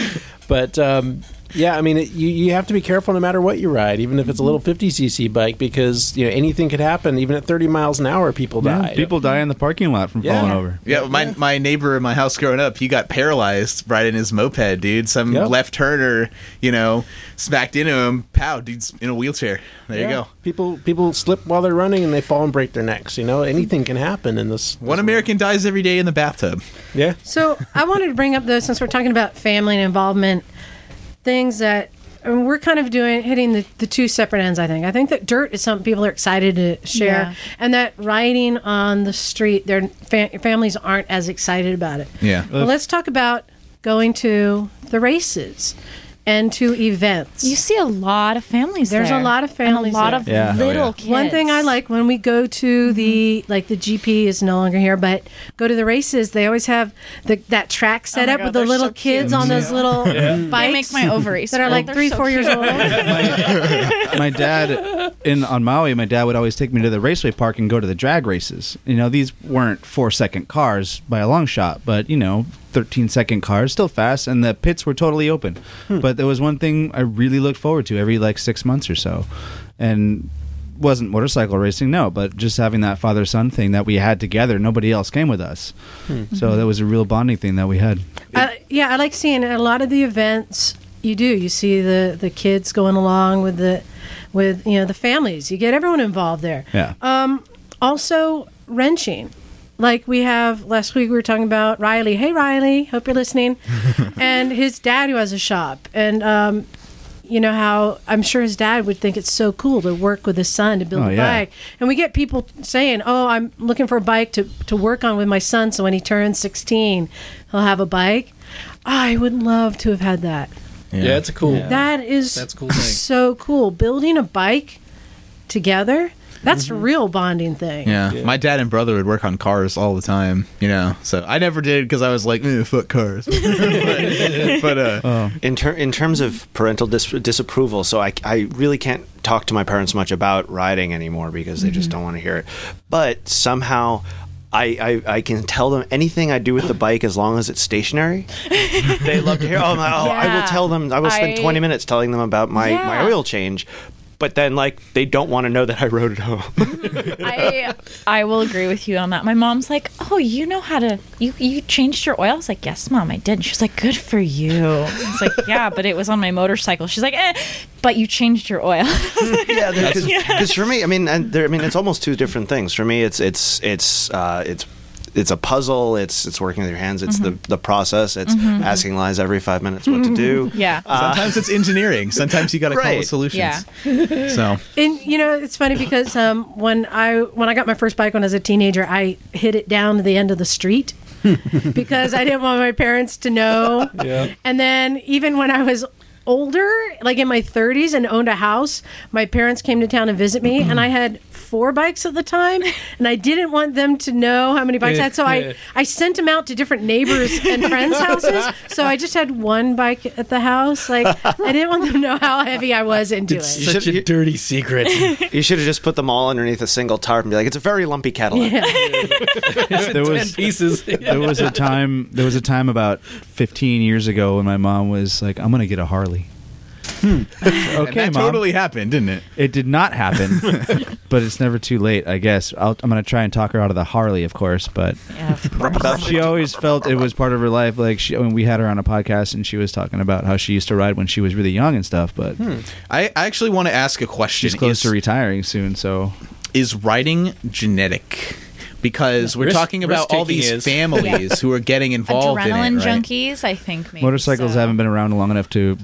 Speaker 6: but um, yeah, I mean, it, you you have to be careful no matter what you ride, even if it's a little
Speaker 2: Mm-hmm.
Speaker 6: 50cc bike, because you know anything could happen. Even at 30 miles an hour, people
Speaker 5: Yeah,
Speaker 6: die.
Speaker 5: people die in the parking lot from
Speaker 6: Yeah.
Speaker 5: falling over.
Speaker 1: Yeah, my my neighbor in my house growing up, he got paralyzed riding his moped, dude. Some
Speaker 6: Yep.
Speaker 1: left turner, you know, smacked into him. Pow, dude's in a wheelchair. There you
Speaker 6: Yeah.
Speaker 1: go.
Speaker 6: People people slip while they're running and they fall and break their necks. You know, anything can happen in this.
Speaker 1: One American dies every day in the bathtub.
Speaker 6: Yeah.
Speaker 3: So I wanted to bring up though, since we're talking about family and involvement, things that I mean, we're kind of doing hitting the, the two separate ends. I think. I think that dirt is something people are excited to share,
Speaker 2: Yeah.
Speaker 3: and that riding on the street, their fa- families aren't as excited about it.
Speaker 1: Yeah.
Speaker 3: Well, let's talk about going to the races and to events.
Speaker 2: You see a lot of families.
Speaker 3: There's
Speaker 2: there.
Speaker 3: a lot of families
Speaker 2: and a lot
Speaker 3: there.
Speaker 2: of
Speaker 5: Yeah.
Speaker 2: little
Speaker 1: Oh, yeah.
Speaker 2: kids.
Speaker 3: One thing I like when we go to the like the GP is no longer here, but go to the races. They always have the, that track set
Speaker 2: Oh my
Speaker 3: up
Speaker 2: God,
Speaker 3: with the
Speaker 2: they're
Speaker 3: little
Speaker 2: so
Speaker 3: kids
Speaker 2: cute.
Speaker 3: on those little
Speaker 2: They make
Speaker 3: bikes
Speaker 2: my ovaries Oh,
Speaker 3: that are like
Speaker 2: three,
Speaker 3: three, four years old.
Speaker 5: my dad in on Maui, my dad would always take me to the raceway park and go to the drag races. You know, these weren't four second cars by a long shot, but you know, 13 second cars, still fast, and the pits were totally open. But there was one thing I really looked forward to every like six months or so, and wasn't motorcycle racing, no, but just having that father son thing that we had together. Nobody else came with us, so that was a real bonding thing that we had.
Speaker 3: uh, yeah, I like seeing a lot of the events. You do. You see the the kids going along with the with you know the families. You get everyone involved there.
Speaker 5: Yeah,
Speaker 3: also wrenching. Like we have last week, we were talking about Riley. Hey, Riley, hope you're listening. and his dad, who has a shop, and um, you know how I'm sure his dad would think it's so cool to work with his son to build
Speaker 5: Oh,
Speaker 3: a
Speaker 5: yeah.
Speaker 3: bike. And we get people saying, "Oh, I'm looking for a bike to to work on with my son, so when he turns 16, he'll have a bike." I would love to have had that.
Speaker 4: yeah. it's a cool.
Speaker 3: That is
Speaker 4: That's a cool thing.
Speaker 3: so cool. Building a bike together. That's
Speaker 4: Mm-hmm.
Speaker 3: a real bonding thing.
Speaker 1: Yeah. my dad and brother would work on cars all the time, you know. So I never did because I was like, eh, fuck cars. but, but, uh,
Speaker 7: in, ter- in terms of parental dis- disapproval, so I, I really can't talk to my parents much about riding anymore because they
Speaker 2: Mm-hmm.
Speaker 7: just don't want to hear it. But somehow, I, I, I can tell them anything I do with the bike as long as it's stationary. they love to hear. Oh, my, oh I will
Speaker 2: Yeah.
Speaker 7: tell them. I will spend
Speaker 2: I-
Speaker 7: twenty minutes telling them about my, my
Speaker 2: Yeah.
Speaker 7: oil change. But then, like, they don't want to know that I rode it home.
Speaker 2: I I will agree with you on that. My mom's like, "Oh, you know how to you you changed your oil." I was like, "Yes, mom, I did." And She was like, "Good for you." I was like, "Yeah, but it was on my motorcycle." She's like, "Eh, but you changed your oil."
Speaker 7: yeah, because for me, I mean, and there, I mean, it's almost two different things. For me, it's it's it's uh, it's it's a puzzle. It's it's working with your hands. It's
Speaker 2: Mm-hmm.
Speaker 7: the the process. It's asking lies every five minutes what to do.
Speaker 2: yeah.
Speaker 1: sometimes it's engineering. Sometimes you got to come up
Speaker 7: Right.
Speaker 1: with solutions. So
Speaker 3: And you know, it's funny because um, when I when I got my first bike when I was a teenager, I hid it down to the end of the street because I didn't want my parents to know.
Speaker 4: Yeah.
Speaker 3: And then even when I was older, like in my 30s and owned a house, my parents came to town and visit me and I had four bikes at the time and I didn't want them to know how many bikes I had. So I, I sent them out to different neighbors and friends' houses. So I just had one bike at the house. Like I didn't want them to know how heavy I was into it.
Speaker 7: You should, you,
Speaker 4: dirty secret.
Speaker 7: should have just put them all underneath a single tarp and be like, "It's a very lumpy Cadillac."
Speaker 5: there
Speaker 4: Ten pieces.
Speaker 5: there was a time there was a time about 15 years ago when my mom was like i'm gonna get a harley
Speaker 1: and
Speaker 5: okay
Speaker 1: that
Speaker 5: mom
Speaker 1: totally happened, didn't it?
Speaker 5: it did not happen but it's never too late i guess I'll, i'm gonna try and talk her out of the harley of course but
Speaker 2: yeah of course.
Speaker 5: she always felt it was part of her life like she, when we had her on a podcast and she was talking about how she used to ride when she was really young and stuff but
Speaker 1: I, I actually want to ask a question.
Speaker 5: she's close
Speaker 1: Is-
Speaker 5: to retiring soon so
Speaker 1: is writing genetic? Because we're
Speaker 4: Risk-
Speaker 1: talking about all
Speaker 4: risk-taking
Speaker 1: these
Speaker 4: is.
Speaker 1: families who are getting involved in
Speaker 2: Adrenaline
Speaker 1: it. Right?
Speaker 2: junkies, I think. Maybe,
Speaker 5: motorcycles
Speaker 2: so.
Speaker 5: haven't been around long enough to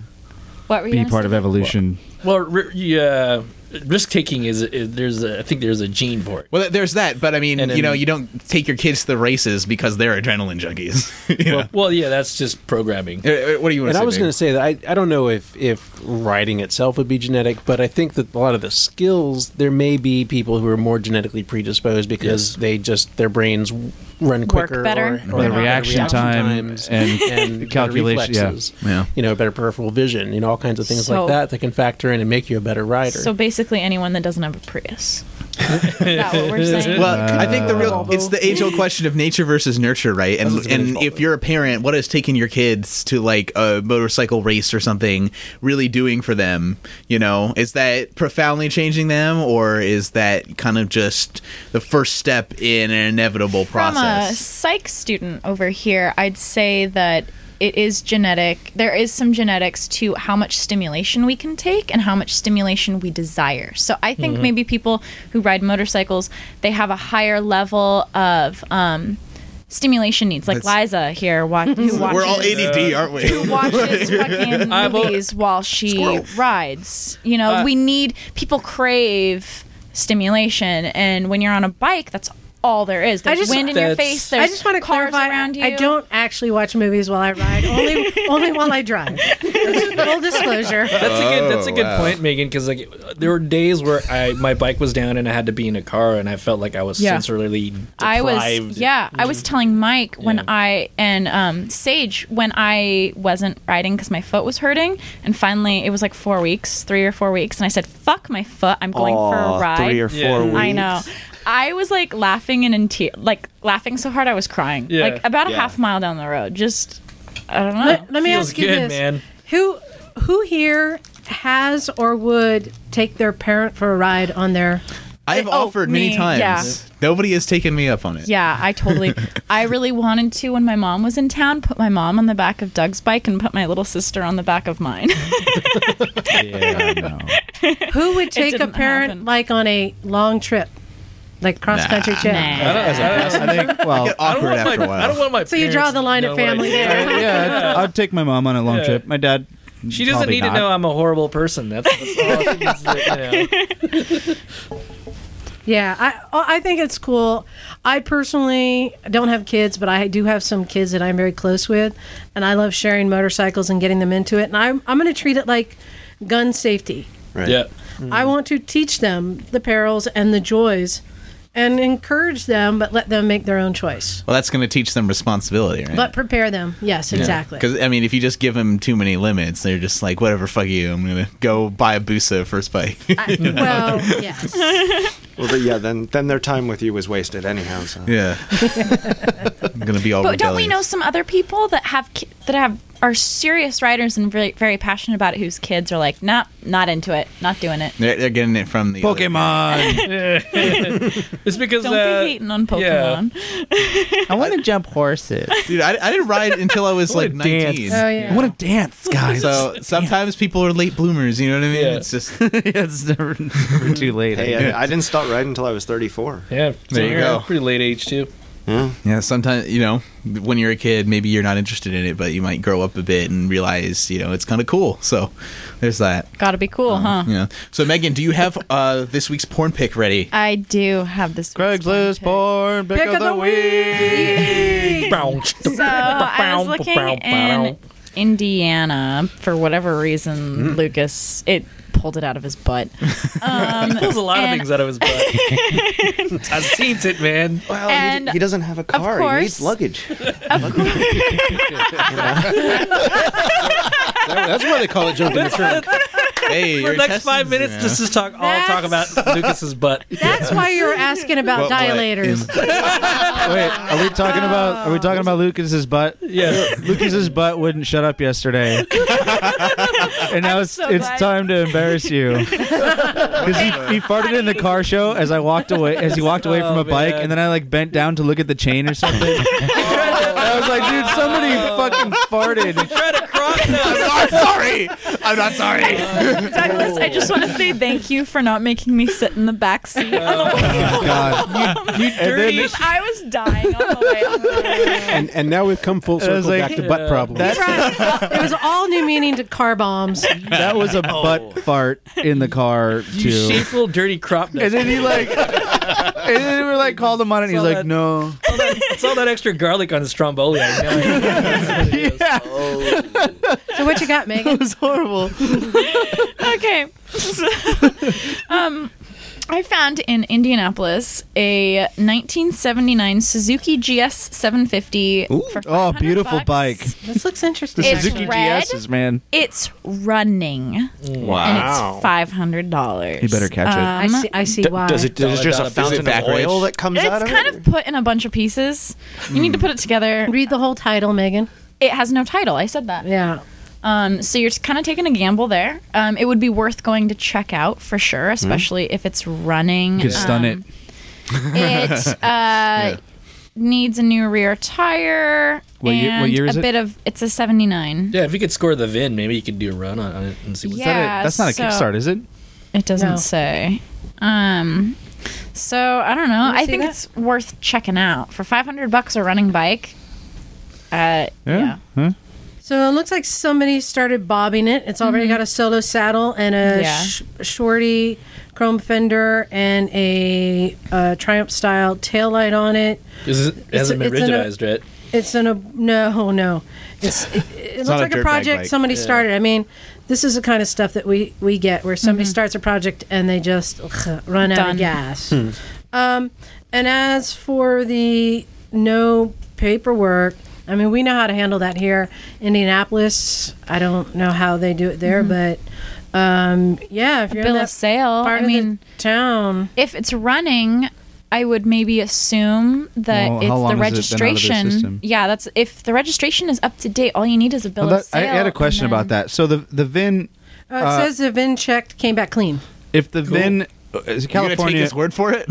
Speaker 2: What were you
Speaker 5: be
Speaker 2: gonna
Speaker 5: part
Speaker 2: say?
Speaker 5: of evolution
Speaker 4: Well, ri- yeah, risk taking is, is there's a, I think there's a gene for it.
Speaker 1: Well, there's that, but I mean,
Speaker 4: And
Speaker 1: you know,
Speaker 4: then-
Speaker 1: you don't take your kids to the races because they're adrenaline junkies. you know?
Speaker 4: Well, yeah, that's just programming.
Speaker 1: Uh, uh, what do you want
Speaker 6: And
Speaker 1: to say?
Speaker 6: I was
Speaker 1: babe?
Speaker 6: going to say that I, I don't know if, if writing itself would be genetic, but I think that a lot of the skills, there may be people who are more genetically predisposed because they just, their brains w- run quicker.
Speaker 2: better.
Speaker 6: Or, or
Speaker 5: The
Speaker 6: better
Speaker 5: reaction time and
Speaker 6: and better
Speaker 5: calculation, yeah.
Speaker 6: reflexes.
Speaker 1: Yeah.
Speaker 6: You know, better peripheral vision, you know, all kinds of things
Speaker 2: So-
Speaker 6: like that that can factor in and make you a better rider.
Speaker 2: So basically, anyone that doesn't have a Prius. Is that what we're saying?
Speaker 1: Well, I think the real it's the age old question of nature versus nurture, right? And and if you're a parent, what is taking your kids to like a motorcycle race or something really doing for them? You know, is that profoundly changing them, or is that kind of just the first step in an inevitable
Speaker 2: From a
Speaker 1: process?
Speaker 2: psych student over here, I'd say that it is genetic. There is some genetics to how much stimulation we can take and how much stimulation we desire. So I think
Speaker 1: Mm-hmm.
Speaker 2: maybe people who ride motorcycles, they have a higher level of um, stimulation needs. Like
Speaker 1: That's-
Speaker 2: Liza here, wa- who watches.
Speaker 1: We're all ADD, aren't we?
Speaker 2: who watches fucking
Speaker 4: I've al-
Speaker 2: movies while she rides. You know,
Speaker 4: Uh,
Speaker 2: we need people crave stimulation, and when you're on a bike, that's all there is. There's
Speaker 3: just-
Speaker 2: wind in your
Speaker 4: That's-
Speaker 2: face. There's
Speaker 3: I just want to
Speaker 2: cars
Speaker 3: clarify.
Speaker 2: around you.
Speaker 3: I don't actually watch movies while I ride. Only, only while I drive. Full disclosure.
Speaker 4: That's a good. That's a good point, Megan. Because like there were days where I my bike was down and I had to be in a car and I felt like I was
Speaker 2: Yeah.
Speaker 4: sensorily deprived. Mm-hmm.
Speaker 2: I was yeah. I was telling Mike when
Speaker 4: Yeah.
Speaker 2: I and um, Sage when I wasn't riding because my foot was hurting, and finally it was like four weeks, three or four weeks, and I said, "Fuck my foot! I'm going for a
Speaker 7: Aw,
Speaker 2: ride."
Speaker 7: three or four
Speaker 4: Yeah.
Speaker 7: weeks.
Speaker 2: I know. I was like laughing and in tears, like laughing so hard I was crying.
Speaker 4: Yeah.
Speaker 2: Like about a
Speaker 8: Yeah.
Speaker 2: half mile down the road. Just, I don't know.
Speaker 3: Let, let me
Speaker 4: Feels
Speaker 3: ask you
Speaker 4: good,
Speaker 3: this:
Speaker 4: man.
Speaker 3: Who, who here has or would take their parent for a ride on their?
Speaker 1: I've
Speaker 2: Oh,
Speaker 1: offered many
Speaker 2: me,
Speaker 1: times.
Speaker 2: yeah.
Speaker 1: Nobody has taken me up on it.
Speaker 2: yeah, I totally. I really wanted to when my mom was in town. Put my mom on the back of Doug's bike and put my little sister on the back of mine.
Speaker 5: Yeah, no.
Speaker 3: Who would take a
Speaker 2: didn't
Speaker 3: parent
Speaker 2: happen.
Speaker 3: like on a long trip, like cross country trip?
Speaker 4: I don't, I don't-
Speaker 5: I think well,
Speaker 4: I don't
Speaker 1: Awkward
Speaker 4: want
Speaker 1: after
Speaker 4: my.
Speaker 1: a while.
Speaker 4: I don't want my.
Speaker 3: So you draw
Speaker 4: parents
Speaker 3: the line
Speaker 4: to
Speaker 3: at
Speaker 4: know what I
Speaker 3: family
Speaker 4: did.
Speaker 3: there.
Speaker 5: yeah, I'd, I'd take my mom on a long
Speaker 4: Yeah.
Speaker 5: trip. My dad.
Speaker 4: She doesn't
Speaker 5: probably
Speaker 4: need
Speaker 5: not.
Speaker 4: to know I'm a horrible person. That's, that's all she needs to you know.
Speaker 3: Yeah, I oh, I think it's cool. I personally don't have kids, but I do have some kids that I'm very close with, and I love sharing motorcycles and getting them into it. And I'm I'm going to treat it like gun safety.
Speaker 7: Right.
Speaker 4: Yeah.
Speaker 3: I want to teach them the perils and the joys, and encourage them, but let them make their own choice.
Speaker 1: Well, that's going to teach them responsibility, right?
Speaker 3: But prepare them. Yes, exactly.
Speaker 1: Because I mean, if you just give them too many limits, they're just like, whatever, fuck you. I'm gonna go buy a Busa first bike.
Speaker 3: well, yes.
Speaker 7: Well, but yeah, then then their time with you was wasted anyhow. So.
Speaker 1: yeah, I'm gonna be all.
Speaker 2: but don't we know
Speaker 1: rebellious.
Speaker 2: some other people that have ki- that have are serious riders and very very passionate about it? Whose kids are like, nah, not into it, not doing it.
Speaker 1: They're, they're getting it from the other-
Speaker 5: Pokemon.
Speaker 4: It's because
Speaker 2: Don't
Speaker 4: uh,
Speaker 2: be hating on
Speaker 4: yeah.
Speaker 2: Pokemon.
Speaker 5: I want to jump horses.
Speaker 1: Dude, I, I didn't ride until I was like
Speaker 5: wanna dance.
Speaker 1: 19.
Speaker 3: Oh yeah.
Speaker 5: I want to dance, guys.
Speaker 1: So sometimes people are late bloomers. You know what I mean?
Speaker 4: Yeah.
Speaker 1: It's just
Speaker 5: it's never, never too late.
Speaker 7: Hey, I, I didn't start riding until I was 34.
Speaker 4: Yeah,
Speaker 1: There you
Speaker 4: you're
Speaker 1: go.
Speaker 4: a Pretty late age too.
Speaker 1: yeah. Sometimes you know when you're a kid, maybe you're not interested in it, but you might grow up a bit and realize you know it's kind of cool. So there's that.
Speaker 2: Gotta be cool, huh?
Speaker 1: Yeah. So Megan, do you have uh, this week's porn pick ready?
Speaker 2: I do have this.
Speaker 5: Craigslist porn pick, of the week.
Speaker 2: So I was looking in Indiana for whatever
Speaker 4: Mm-hmm.
Speaker 2: reason. Lucas it pulled it out of his butt. Um,
Speaker 4: Pulls a lot of
Speaker 2: and-
Speaker 4: things out of his butt. I've seen it, man.
Speaker 7: Well,
Speaker 2: he d- And,
Speaker 7: he,
Speaker 2: he
Speaker 7: doesn't have a
Speaker 2: car, he
Speaker 7: car. He
Speaker 2: course- needs
Speaker 7: needs luggage.
Speaker 6: That's why they call it jumping the trunk.
Speaker 1: hey,
Speaker 4: For the next five minutes,
Speaker 1: yeah.
Speaker 4: just to talk all talk about Lucas's butt.
Speaker 3: That's why you were asking about
Speaker 1: What- what
Speaker 3: dilators.
Speaker 5: Wait, are we talking about are we talking about Lucas's butt?
Speaker 4: Yeah,
Speaker 5: Lucas's butt wouldn't shut up yesterday, and now it's
Speaker 2: so
Speaker 5: it's
Speaker 2: glad.
Speaker 5: time to embarrass you because he, he farted in the car show as I walked away as he walked away from
Speaker 4: Oh,
Speaker 5: a bike,
Speaker 4: man.
Speaker 5: and then I like bent down to look at the chain or something. And I was like, dude, somebody fucking farted.
Speaker 4: try to
Speaker 1: I'm not sorry. I'm not sorry.
Speaker 2: Douglas, I just want to say thank you for not making me sit in the back seat.
Speaker 5: Oh, God.
Speaker 2: Because I was dying on the way. home.
Speaker 6: and, and now we've come full
Speaker 5: I
Speaker 6: circle
Speaker 5: was like,
Speaker 6: back to butt problems.
Speaker 3: Right. it was all new meaning to car bombs.
Speaker 5: that was a butt fart in the car
Speaker 4: You
Speaker 5: too.
Speaker 4: shameful, dirty crop
Speaker 5: And
Speaker 4: dust.
Speaker 5: then he like, and then we like called him on it. and He's
Speaker 4: Saw
Speaker 5: like,
Speaker 4: that.
Speaker 5: no.
Speaker 4: It's all that- it's all that extra garlic on the stromboli. I know.
Speaker 3: So what you got, Megan?
Speaker 5: was horrible.
Speaker 2: okay. So, um, I found in Indianapolis a 1979 Suzuki GS 750 for
Speaker 5: Oh,
Speaker 2: 500
Speaker 5: beautiful
Speaker 2: bucks.
Speaker 5: bike.
Speaker 3: This looks
Speaker 5: The
Speaker 3: interesting.
Speaker 2: It's
Speaker 5: Suzuki
Speaker 2: red.
Speaker 5: GS's man.
Speaker 2: It's running and it's five hundred dollars. Um,
Speaker 5: He better catch it.
Speaker 3: I see. I see why.
Speaker 7: Does it? Does it just a
Speaker 4: Is it
Speaker 7: fountain
Speaker 1: back
Speaker 7: of oil
Speaker 1: rage?
Speaker 7: that comes out of
Speaker 2: It's kind
Speaker 7: it?
Speaker 2: of put in a bunch of pieces. You need to put it together.
Speaker 3: Read the whole title, Megan.
Speaker 2: It has no title. I said that.
Speaker 3: Yeah.
Speaker 2: Um, so you're kind of taking a gamble there. Um, it would be worth going to check out for sure, especially if it's running.
Speaker 5: Hmm? Could stun it.
Speaker 2: Um, It uh, needs a new rear tire
Speaker 5: What
Speaker 2: and
Speaker 5: year- what year is
Speaker 2: a
Speaker 5: it?
Speaker 2: bit of. It's a '79.
Speaker 4: yeah, if you could score the VIN, maybe you could do a run on on it and see what's
Speaker 5: Is that a-
Speaker 2: Yeah,
Speaker 5: that's not a
Speaker 2: so-
Speaker 5: Kickstart, is it?
Speaker 2: It doesn't
Speaker 3: No.
Speaker 2: say. Um, so I don't know.
Speaker 3: me
Speaker 2: I
Speaker 3: see
Speaker 2: think
Speaker 3: that.
Speaker 2: it's worth checking out for 500 bucks a running bike. Uh, yeah.
Speaker 5: Huh?
Speaker 3: So it looks like somebody started bobbing it. It's already got a solo saddle and a
Speaker 2: Yeah.
Speaker 3: sh- shorty chrome fender and a uh, Triumph style taillight on it.
Speaker 4: Is it hasn't been
Speaker 3: it's an-
Speaker 4: rigidized yet.
Speaker 3: It's an ob- no, oh, no. It's it, it looks
Speaker 1: not a
Speaker 3: like a,
Speaker 1: dirtbag
Speaker 3: project
Speaker 1: bike.
Speaker 3: somebody started. I mean, this is the kind of stuff that we we get where somebody starts a project and they just ugh, run
Speaker 2: Mm-hmm.
Speaker 3: out
Speaker 2: Done.
Speaker 3: of gas. Um, and as for the no paperwork, I mean, we know how to handle that here, Indianapolis. I don't know how they do it there, but um, yeah, if you're
Speaker 2: Mm-hmm.
Speaker 3: in
Speaker 2: Bill
Speaker 3: that
Speaker 2: of sale.
Speaker 3: part
Speaker 2: I
Speaker 3: of the
Speaker 2: mean,
Speaker 3: town,
Speaker 2: if it's running, I would maybe assume that
Speaker 5: Well, how
Speaker 2: it's
Speaker 5: long
Speaker 2: the
Speaker 5: has it been out of the
Speaker 2: registration.
Speaker 5: system?
Speaker 2: yeah, that's if the registration is up to date. All you need is a bill
Speaker 5: Well, that-
Speaker 2: of
Speaker 5: I
Speaker 2: sale.
Speaker 5: had a question
Speaker 2: and
Speaker 5: about
Speaker 2: then-
Speaker 5: that. So the the VIN,
Speaker 3: oh, it
Speaker 5: Uh,
Speaker 3: says the VIN checked came back clean.
Speaker 5: if the VIN, uh, is
Speaker 1: You're gonna take
Speaker 5: California,
Speaker 1: his word for it?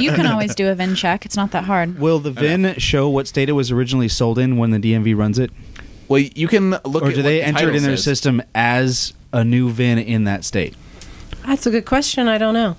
Speaker 2: you can always do a VIN check. It's not that hard.
Speaker 5: will the VIN show what state it was originally sold in when the DMV runs it,
Speaker 1: well, you can look.
Speaker 5: or
Speaker 1: at what
Speaker 5: do they
Speaker 1: the
Speaker 5: enter it
Speaker 1: title
Speaker 5: in their
Speaker 1: says.
Speaker 5: system as a new VIN in that state?
Speaker 3: That's a good question. I don't know.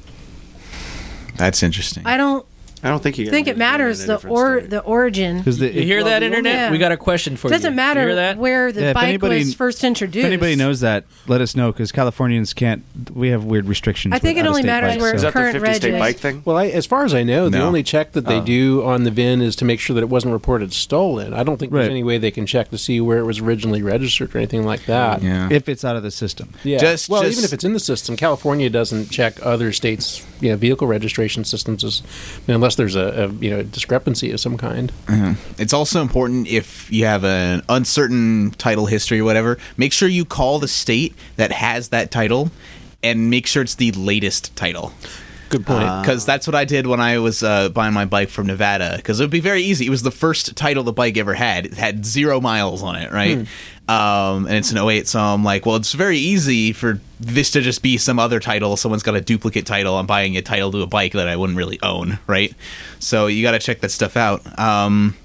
Speaker 1: That's interesting.
Speaker 3: I don't
Speaker 7: I don't think you
Speaker 3: think it matters the or the origin.
Speaker 5: Because
Speaker 4: You hear that,
Speaker 3: the only-
Speaker 4: internet?
Speaker 3: Yeah.
Speaker 4: We got a question for
Speaker 3: It
Speaker 4: you.
Speaker 3: doesn't
Speaker 4: You hear
Speaker 3: matter
Speaker 4: that?
Speaker 3: where the
Speaker 5: Yeah, if
Speaker 3: bike
Speaker 5: anybody-
Speaker 3: was first introduced.
Speaker 5: if anybody knows that, let us know. Because Californians can't. We have weird restrictions.
Speaker 3: I think
Speaker 5: with
Speaker 3: it only
Speaker 5: out-of-state
Speaker 3: matters
Speaker 5: bikes,
Speaker 3: where
Speaker 7: Is
Speaker 5: so-
Speaker 7: that the
Speaker 3: current
Speaker 7: 50 state
Speaker 3: reg is.
Speaker 7: bike thing?
Speaker 6: Well, I, as far as I know, the
Speaker 1: No.
Speaker 6: only check that they
Speaker 7: Oh.
Speaker 6: do on the VIN is to make sure that it wasn't reported stolen. I don't think there's
Speaker 5: Right.
Speaker 6: any way they can check to see where it was originally registered or anything like that.
Speaker 1: yeah.
Speaker 5: if it's out of the system.
Speaker 6: Yeah.
Speaker 1: Just-
Speaker 6: well,
Speaker 1: just-
Speaker 6: even if it's in the system, California doesn't check other states' you know, vehicle registration systems as, unless there's a, a you know discrepancy of some kind.
Speaker 1: It's also important if you have an uncertain title history or whatever, make sure you call the state that has that title and make sure it's the latest title.
Speaker 6: Good point.
Speaker 2: Uh,
Speaker 1: Because that's what I did when I was uh, buying my bike from Nevada. Because it would be very easy. It was the first title the bike ever had. It had zero miles on it, right?
Speaker 2: Hmm.
Speaker 1: Um, and it's an 08, so I'm like, well, it's very easy for this to just be some other title. Someone's got a duplicate title. I'm buying a title to a bike that I wouldn't really own, right? So you got to check that stuff out. Um,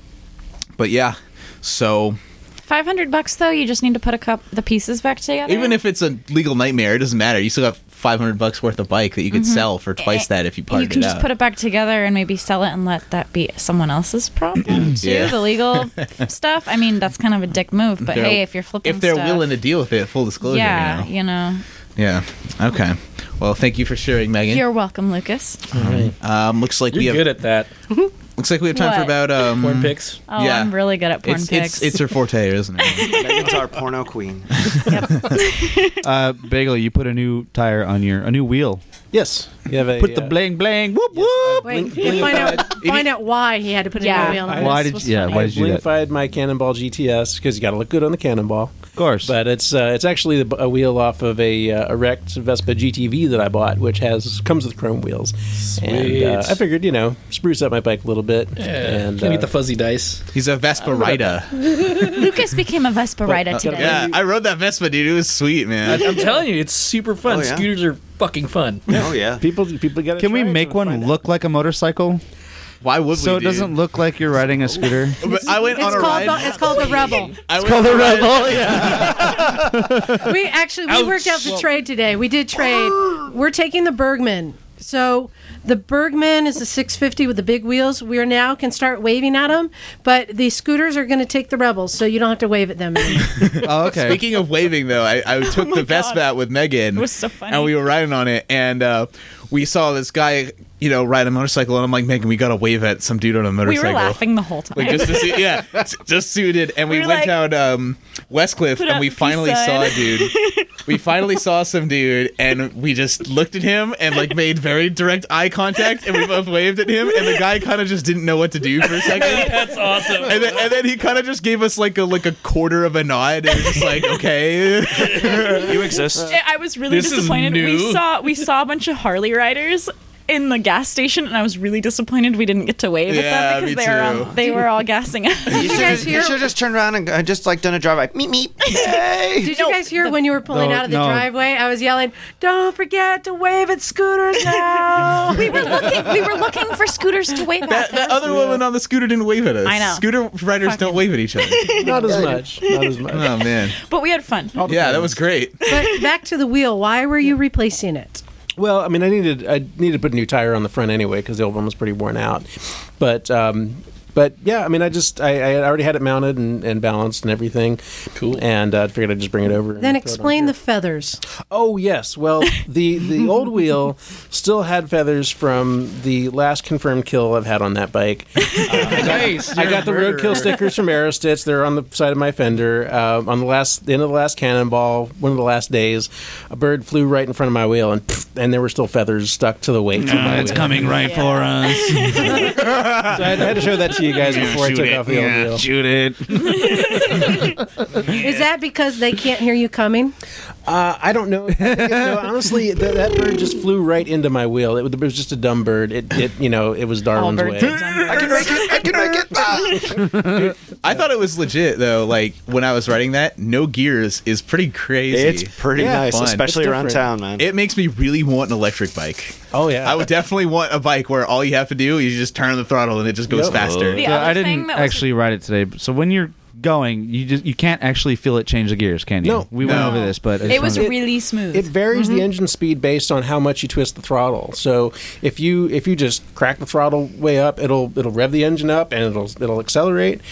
Speaker 1: but yeah, so
Speaker 2: 500 bucks though, you just need to put a cup the pieces back together.
Speaker 1: even if it's a legal nightmare, it doesn't matter. You still got 500 bucks worth of bike that you could sell for twice that if you parted
Speaker 2: Mm-hmm. Eh, you can
Speaker 1: it
Speaker 2: just
Speaker 1: out.
Speaker 2: put it back together and maybe sell it and let that be someone else's problem too.
Speaker 1: Yeah.
Speaker 2: The legal stuff. I mean, that's kind of a dick move, but
Speaker 1: They're-
Speaker 2: hey, if you're flipping,
Speaker 1: if they're
Speaker 2: stuff-
Speaker 1: willing to deal with it, full disclosure.
Speaker 2: yeah,
Speaker 1: you know.
Speaker 2: you know.
Speaker 1: Yeah. Okay. Well, thank you for sharing, Megan.
Speaker 2: You're welcome, Lucas.
Speaker 1: um, looks like
Speaker 4: You're
Speaker 1: we have
Speaker 4: good at that.
Speaker 1: looks like we have time for
Speaker 2: What?
Speaker 1: about um.
Speaker 4: Corn picks.
Speaker 2: Oh,
Speaker 1: Yeah.
Speaker 2: I'm really good at porn
Speaker 1: It's,
Speaker 2: pics.
Speaker 1: it's it's her forte, isn't it?
Speaker 7: Megan's our porno queen.
Speaker 5: Uh, Bagel, you put a new tire on your a new wheel.
Speaker 6: yes, you have a
Speaker 5: Put the
Speaker 6: uh,
Speaker 5: bling bling. Whoop whoop.
Speaker 3: Wait,
Speaker 6: Blink-
Speaker 3: you find out find out why he had to put a
Speaker 2: Yeah.
Speaker 3: yeah. on
Speaker 6: I-
Speaker 3: it.
Speaker 5: Why
Speaker 6: this
Speaker 5: did
Speaker 2: was
Speaker 5: you, yeah?
Speaker 2: funny.
Speaker 5: Why
Speaker 6: I
Speaker 5: did you do that?
Speaker 6: blinkified my Cannonball GTS because you got to look good on the Cannonball.
Speaker 5: Of course.
Speaker 6: But it's uh, it's actually the, a wheel off of a, uh, a wrecked Vespa GTV that I bought, which has comes with chrome wheels. And uh,
Speaker 4: Sweet.
Speaker 6: I figured, you know, spruce up my bike a little bit.
Speaker 4: And
Speaker 6: and
Speaker 4: can
Speaker 6: uh,
Speaker 4: get the fuzzy dice.
Speaker 1: He's a Vespa rider.
Speaker 2: Lucas became a Vespa rider today.
Speaker 1: uh, Yeah, I rode that Vespa, dude. It was sweet, man.
Speaker 4: I'm telling you, it's super fun.
Speaker 7: Oh, yeah.
Speaker 4: Scooters are fucking fun.
Speaker 7: Oh yeah.
Speaker 6: people people got.
Speaker 5: Can we make one look like a motorcycle?
Speaker 1: Why would
Speaker 5: so
Speaker 1: we?
Speaker 5: it doesn't look like you're riding a scooter.
Speaker 1: But I went
Speaker 3: It's
Speaker 1: on a
Speaker 3: called
Speaker 1: ride.
Speaker 3: the it's called the rebel.
Speaker 1: I went on a ride-
Speaker 3: We actually we
Speaker 4: Ouch.
Speaker 3: worked out the trade today. We did trade. We're taking the Bergman. So the Bergman is the 650 with the big wheels. We are now can start waving at them, but the scooters are going to take the rebels, so you don't have to wave at them. anymore.
Speaker 5: oh, okay.
Speaker 1: Speaking of waving, though, I,
Speaker 2: Oh
Speaker 1: I took the Vespa out with Megan. It
Speaker 2: was so funny.
Speaker 1: And we were riding on it, and uh, we saw this guy, you know, ride a motorcycle, and I'm like, Megan, we gotta wave at some dude on a
Speaker 2: We
Speaker 1: motorcycle.
Speaker 2: were laughing the whole time.
Speaker 1: Like just to see, yeah, s- just suited, and we,
Speaker 2: We were
Speaker 1: went
Speaker 2: like,
Speaker 1: down um, Westcliff,
Speaker 2: "Put
Speaker 1: and
Speaker 2: up
Speaker 1: we
Speaker 2: the peace
Speaker 1: finally
Speaker 2: sign."
Speaker 1: saw a dude. we finally saw some dude, and we just looked at him and like made very direct eye contact, and we both waved at him, and the guy kind of just didn't know what to do for a second.
Speaker 4: That's awesome.
Speaker 1: And then, and then he kind of just gave us like a like a quarter of a nod, and we're just like, okay,
Speaker 7: You exist.
Speaker 2: I I was really
Speaker 1: This is
Speaker 2: disappointed.
Speaker 1: new.
Speaker 2: We saw we saw a bunch of Harley riders in the gas station, and I was really disappointed we didn't get to wave
Speaker 1: Yeah,
Speaker 2: at them
Speaker 1: me
Speaker 2: because they were
Speaker 1: too.
Speaker 2: um, they were all gassing us.
Speaker 7: You should
Speaker 3: guys hear-
Speaker 7: have just turned around and uh, just like done a drive by. Meep meep. Yay!
Speaker 3: Did you guys hear when you were pulling
Speaker 5: No,
Speaker 3: out of the
Speaker 5: no.
Speaker 3: driveway? I was yelling, "Don't forget to wave at scooters now!"
Speaker 2: we were looking we were looking for scooters to wave at.
Speaker 1: that, that other woman on the scooter didn't wave at us.
Speaker 2: I know.
Speaker 1: Scooter riders don't wave at each other.
Speaker 6: Not as much. Not as much.
Speaker 1: oh man,
Speaker 2: But we had fun.
Speaker 1: yeah, that was great.
Speaker 3: but back to the wheel. Why were you replacing it?
Speaker 6: Well, I mean, I needed I needed to put a new tire on the front anyway because the old one was pretty worn out. But um, but yeah, I mean, I just I, I had already had it mounted and, and balanced and everything. Cool. And uh, I figured I'd just bring it over. and
Speaker 3: Then
Speaker 6: throw it on
Speaker 3: explain
Speaker 6: here.
Speaker 3: the feathers.
Speaker 6: Oh yes, well the the old wheel still had feathers from the last confirmed kill I've had on that bike.
Speaker 4: nice.
Speaker 6: I got the roadkill stickers from Aerostitch. They're on the side of my fender. Um, on the last, the end of the last cannonball, one of the last days, a bird flew right in front of my wheel, and and there were still feathers stuck to the weight. of my wheel.
Speaker 5: right for us.
Speaker 6: So I had, I had to show that to you guys before I took off the old wheel.
Speaker 5: shoot it.
Speaker 3: Is that because they can't hear you coming?
Speaker 6: Uh, I don't know. no, honestly, that, that bird just flew right into my wheel. It, was- it was just a dumb bird. It, it you know, it was Darwin's
Speaker 2: birds
Speaker 6: way.
Speaker 7: I can make it. I can make it. Ah!
Speaker 1: I thought it was legit though. Like when I was riding that, no gears is pretty crazy.
Speaker 7: It's pretty
Speaker 6: Yeah,
Speaker 7: nice,
Speaker 1: fun.
Speaker 7: especially
Speaker 6: It's
Speaker 7: around town,
Speaker 6: different.
Speaker 7: man.
Speaker 1: it makes me really want an electric bike.
Speaker 6: Oh yeah,
Speaker 1: I would definitely want a bike where all you have to do is you just turn the throttle and it just goes
Speaker 6: Yep.
Speaker 1: faster.
Speaker 2: The other
Speaker 5: I
Speaker 2: thing
Speaker 5: didn't
Speaker 2: that was-
Speaker 5: actually ride it today. So when you're going, you just you can't actually feel it change the gears, can you?
Speaker 6: No.
Speaker 5: we went
Speaker 1: No.
Speaker 5: over this, but I just
Speaker 2: It was
Speaker 5: wanted-
Speaker 2: really smooth.
Speaker 6: it varies
Speaker 5: Mm-hmm.
Speaker 6: the engine speed based on how much you twist the throttle. So if you if you just crack the throttle way up, it'll it'll rev the engine up and it'll it'll accelerate,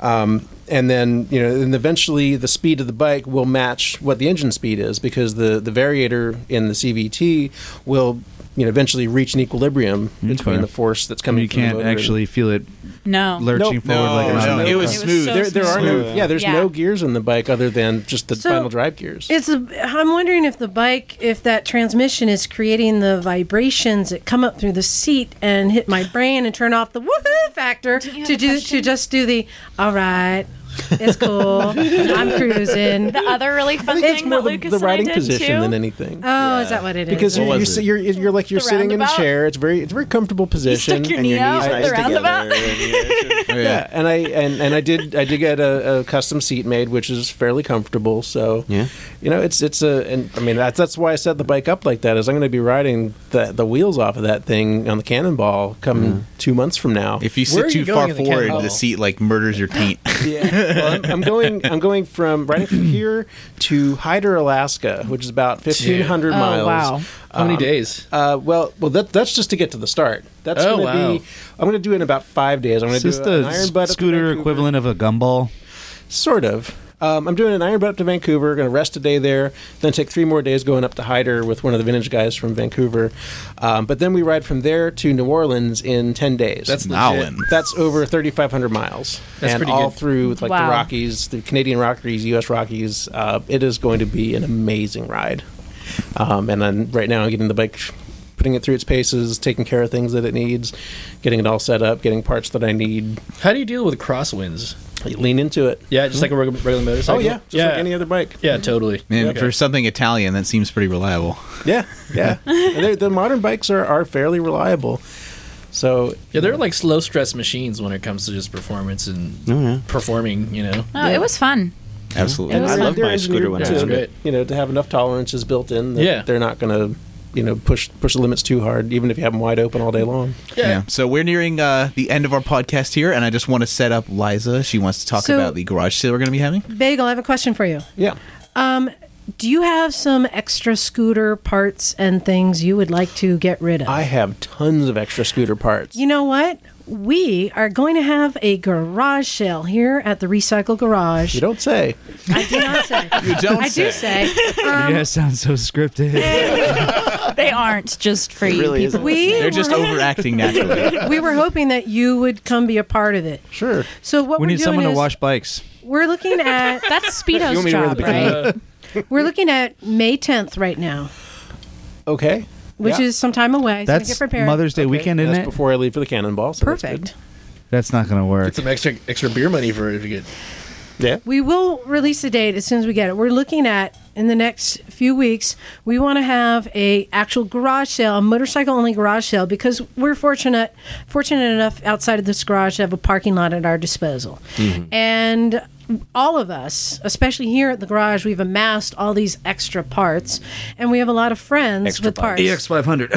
Speaker 6: um, and then you know and eventually the speed of the bike will match what the engine speed is because the the variator in the CVT will you know eventually reach an equilibrium between
Speaker 5: Okay.
Speaker 6: the force that's
Speaker 5: I mean, Mm-hmm.
Speaker 6: coming.
Speaker 5: you
Speaker 6: from the
Speaker 5: can't
Speaker 6: motor and-
Speaker 5: actually feel it
Speaker 2: no.
Speaker 5: lurching
Speaker 6: No,
Speaker 5: forward like an
Speaker 1: no,
Speaker 5: automatic
Speaker 1: it was
Speaker 2: It was
Speaker 5: car.
Speaker 1: smooth.
Speaker 2: so
Speaker 6: There, there are
Speaker 2: smooth.
Speaker 6: no yeah. There's
Speaker 2: Yeah.
Speaker 6: no gears on the bike other than just the
Speaker 3: So-
Speaker 6: final drive gears.
Speaker 3: It's a, I'm wondering if the bike, if that transmission is creating the vibrations that come up through the seat and hit my brain and turn off the woohoo factor
Speaker 2: have
Speaker 3: to
Speaker 2: a
Speaker 3: do to
Speaker 2: question?
Speaker 3: just do the all right, it's cool, I'm cruising.
Speaker 2: The other really fun
Speaker 6: it's
Speaker 2: thing
Speaker 6: more
Speaker 2: that
Speaker 6: the,
Speaker 2: Lucas
Speaker 6: the
Speaker 2: and I
Speaker 6: riding
Speaker 2: did
Speaker 6: position
Speaker 2: too. Uh,
Speaker 6: than anything.
Speaker 3: Oh, is that what it is?
Speaker 6: because
Speaker 1: What
Speaker 6: you're, you're,
Speaker 1: was
Speaker 6: si-
Speaker 1: it?
Speaker 6: you're you're like you're
Speaker 2: The
Speaker 6: sitting in
Speaker 2: roundabout?
Speaker 6: a chair. It's very it's a very comfortable
Speaker 2: you
Speaker 6: position.
Speaker 2: stick your
Speaker 7: and
Speaker 2: knee
Speaker 7: your
Speaker 2: out
Speaker 7: knees
Speaker 2: at the
Speaker 7: nice together.
Speaker 2: roundabout.
Speaker 7: and your-
Speaker 1: Oh, yeah.
Speaker 6: yeah, and I and, and I did I did get a, a custom seat made, which is fairly comfortable. So
Speaker 7: Yeah.
Speaker 6: you know it's it's a and I mean that's that's why I set the bike up like that. Is I'm going to be riding the the wheels off of that thing on the cannonball come two months from now.
Speaker 1: If you sit
Speaker 4: Where are
Speaker 1: too far
Speaker 4: you going in the
Speaker 1: forward,
Speaker 4: cannonball?
Speaker 1: the seat like murders your paint.
Speaker 6: Yeah. Well, I'm, I'm going. I'm going from riding from here to Hyder, Alaska, which is about
Speaker 2: Oh,
Speaker 6: 1,500 miles.
Speaker 2: wow.
Speaker 4: How many days?
Speaker 6: Uh, well, well, that, that's just to get to the start. That's
Speaker 4: Oh,
Speaker 6: going to
Speaker 4: wow.
Speaker 6: be. I'm going to do it in about five days. I'm going
Speaker 5: It's
Speaker 6: to
Speaker 5: just
Speaker 6: do an iron butt
Speaker 5: the
Speaker 6: up to
Speaker 5: scooter
Speaker 6: Vancouver.
Speaker 5: equivalent of a gumball.
Speaker 6: Sort of. Um, I'm doing an iron butt up to Vancouver. Going to rest a day there, then take three more days going up to Hyder with one of the vintage guys from Vancouver. Um, but then we ride from there to New Orleans in ten days.
Speaker 4: That's
Speaker 1: Nowlin.
Speaker 4: legit.
Speaker 6: That's over 3,500 miles.
Speaker 4: That's
Speaker 6: and
Speaker 4: pretty
Speaker 6: all
Speaker 4: good.
Speaker 6: through like the
Speaker 2: Wow.
Speaker 6: Rockies, the Canadian Rockies, U.S. Rockies. Uh, it is going to be an amazing ride. Um, and then right now, I'm getting the bike, putting it through its paces, taking care of things that it needs, getting it all set up, getting parts that I need.
Speaker 4: How do you deal with crosswinds?
Speaker 6: I lean into it.
Speaker 4: Yeah, just like a reg- regular
Speaker 6: Oh
Speaker 4: motorcycle.
Speaker 6: yeah, just
Speaker 4: yeah.
Speaker 6: like any other bike.
Speaker 4: Yeah, totally.
Speaker 1: Man,
Speaker 4: Okay.
Speaker 1: for something Italian, that seems pretty reliable.
Speaker 6: Yeah, yeah. and they're- the modern bikes are, are fairly reliable. So
Speaker 4: yeah, they're like slow stress machines when it comes to just performance and
Speaker 5: Oh,
Speaker 4: performing. You know,
Speaker 2: No, it was fun.
Speaker 1: Absolutely.
Speaker 2: It was
Speaker 1: I
Speaker 2: fun.
Speaker 1: love
Speaker 6: they're
Speaker 1: my scooter
Speaker 6: engineered
Speaker 1: when I
Speaker 6: to,
Speaker 1: was
Speaker 4: great.
Speaker 6: You know, to have enough tolerances built in that
Speaker 4: Yeah.
Speaker 6: they're not going to you know push push the limits too hard, even if you have them wide open all day long.
Speaker 1: Yeah. So we're nearing uh, the end of our podcast here, and I just want to set up Liza. She wants to talk
Speaker 3: So-
Speaker 1: about the garage sale we're going to be having.
Speaker 3: Bagel, I have a question for you.
Speaker 6: Yeah.
Speaker 3: Um, do you have some extra scooter parts and things you would like to get rid of?
Speaker 6: I have tons of extra scooter parts.
Speaker 3: You know what? We are going to have a garage sale here at the Recycle Garage.
Speaker 6: You don't say.
Speaker 3: I do not say.
Speaker 1: You don't
Speaker 3: I do say. Um,
Speaker 5: you guys sound so scripted.
Speaker 2: They aren't just for
Speaker 7: It
Speaker 2: you
Speaker 7: really
Speaker 2: people.
Speaker 7: isn't.
Speaker 3: We
Speaker 1: They're just
Speaker 3: were-
Speaker 1: overacting naturally.
Speaker 3: we were hoping that you would come be a part of it.
Speaker 6: Sure.
Speaker 3: So what
Speaker 5: we
Speaker 3: are
Speaker 5: need
Speaker 3: doing
Speaker 5: someone to
Speaker 3: is
Speaker 5: wash bikes.
Speaker 3: we're looking at
Speaker 2: That's Speedo's job, right?
Speaker 4: Uh,
Speaker 3: we're looking at May 10th right now,
Speaker 6: Okay.
Speaker 3: which
Speaker 6: Yeah.
Speaker 3: is some time away. So
Speaker 5: That's
Speaker 3: get prepared.
Speaker 5: Mother's Day weekend, isn't
Speaker 6: That's
Speaker 5: it?
Speaker 6: before I leave for the cannonball. So that's
Speaker 3: Perfect.
Speaker 5: That's not going to work.
Speaker 8: Get some extra extra beer money for it if you get.
Speaker 6: good. Yeah.
Speaker 3: We will release the date as soon as we get it. We're looking at in the next few weeks. We want to have a actual garage sale, a motorcycle only garage sale, because we're fortunate fortunate enough outside of this garage to have a parking lot at our disposal, and all of us, especially here at the garage, we've amassed all these extra parts, and we have a lot of friends with parts.
Speaker 5: five hundred.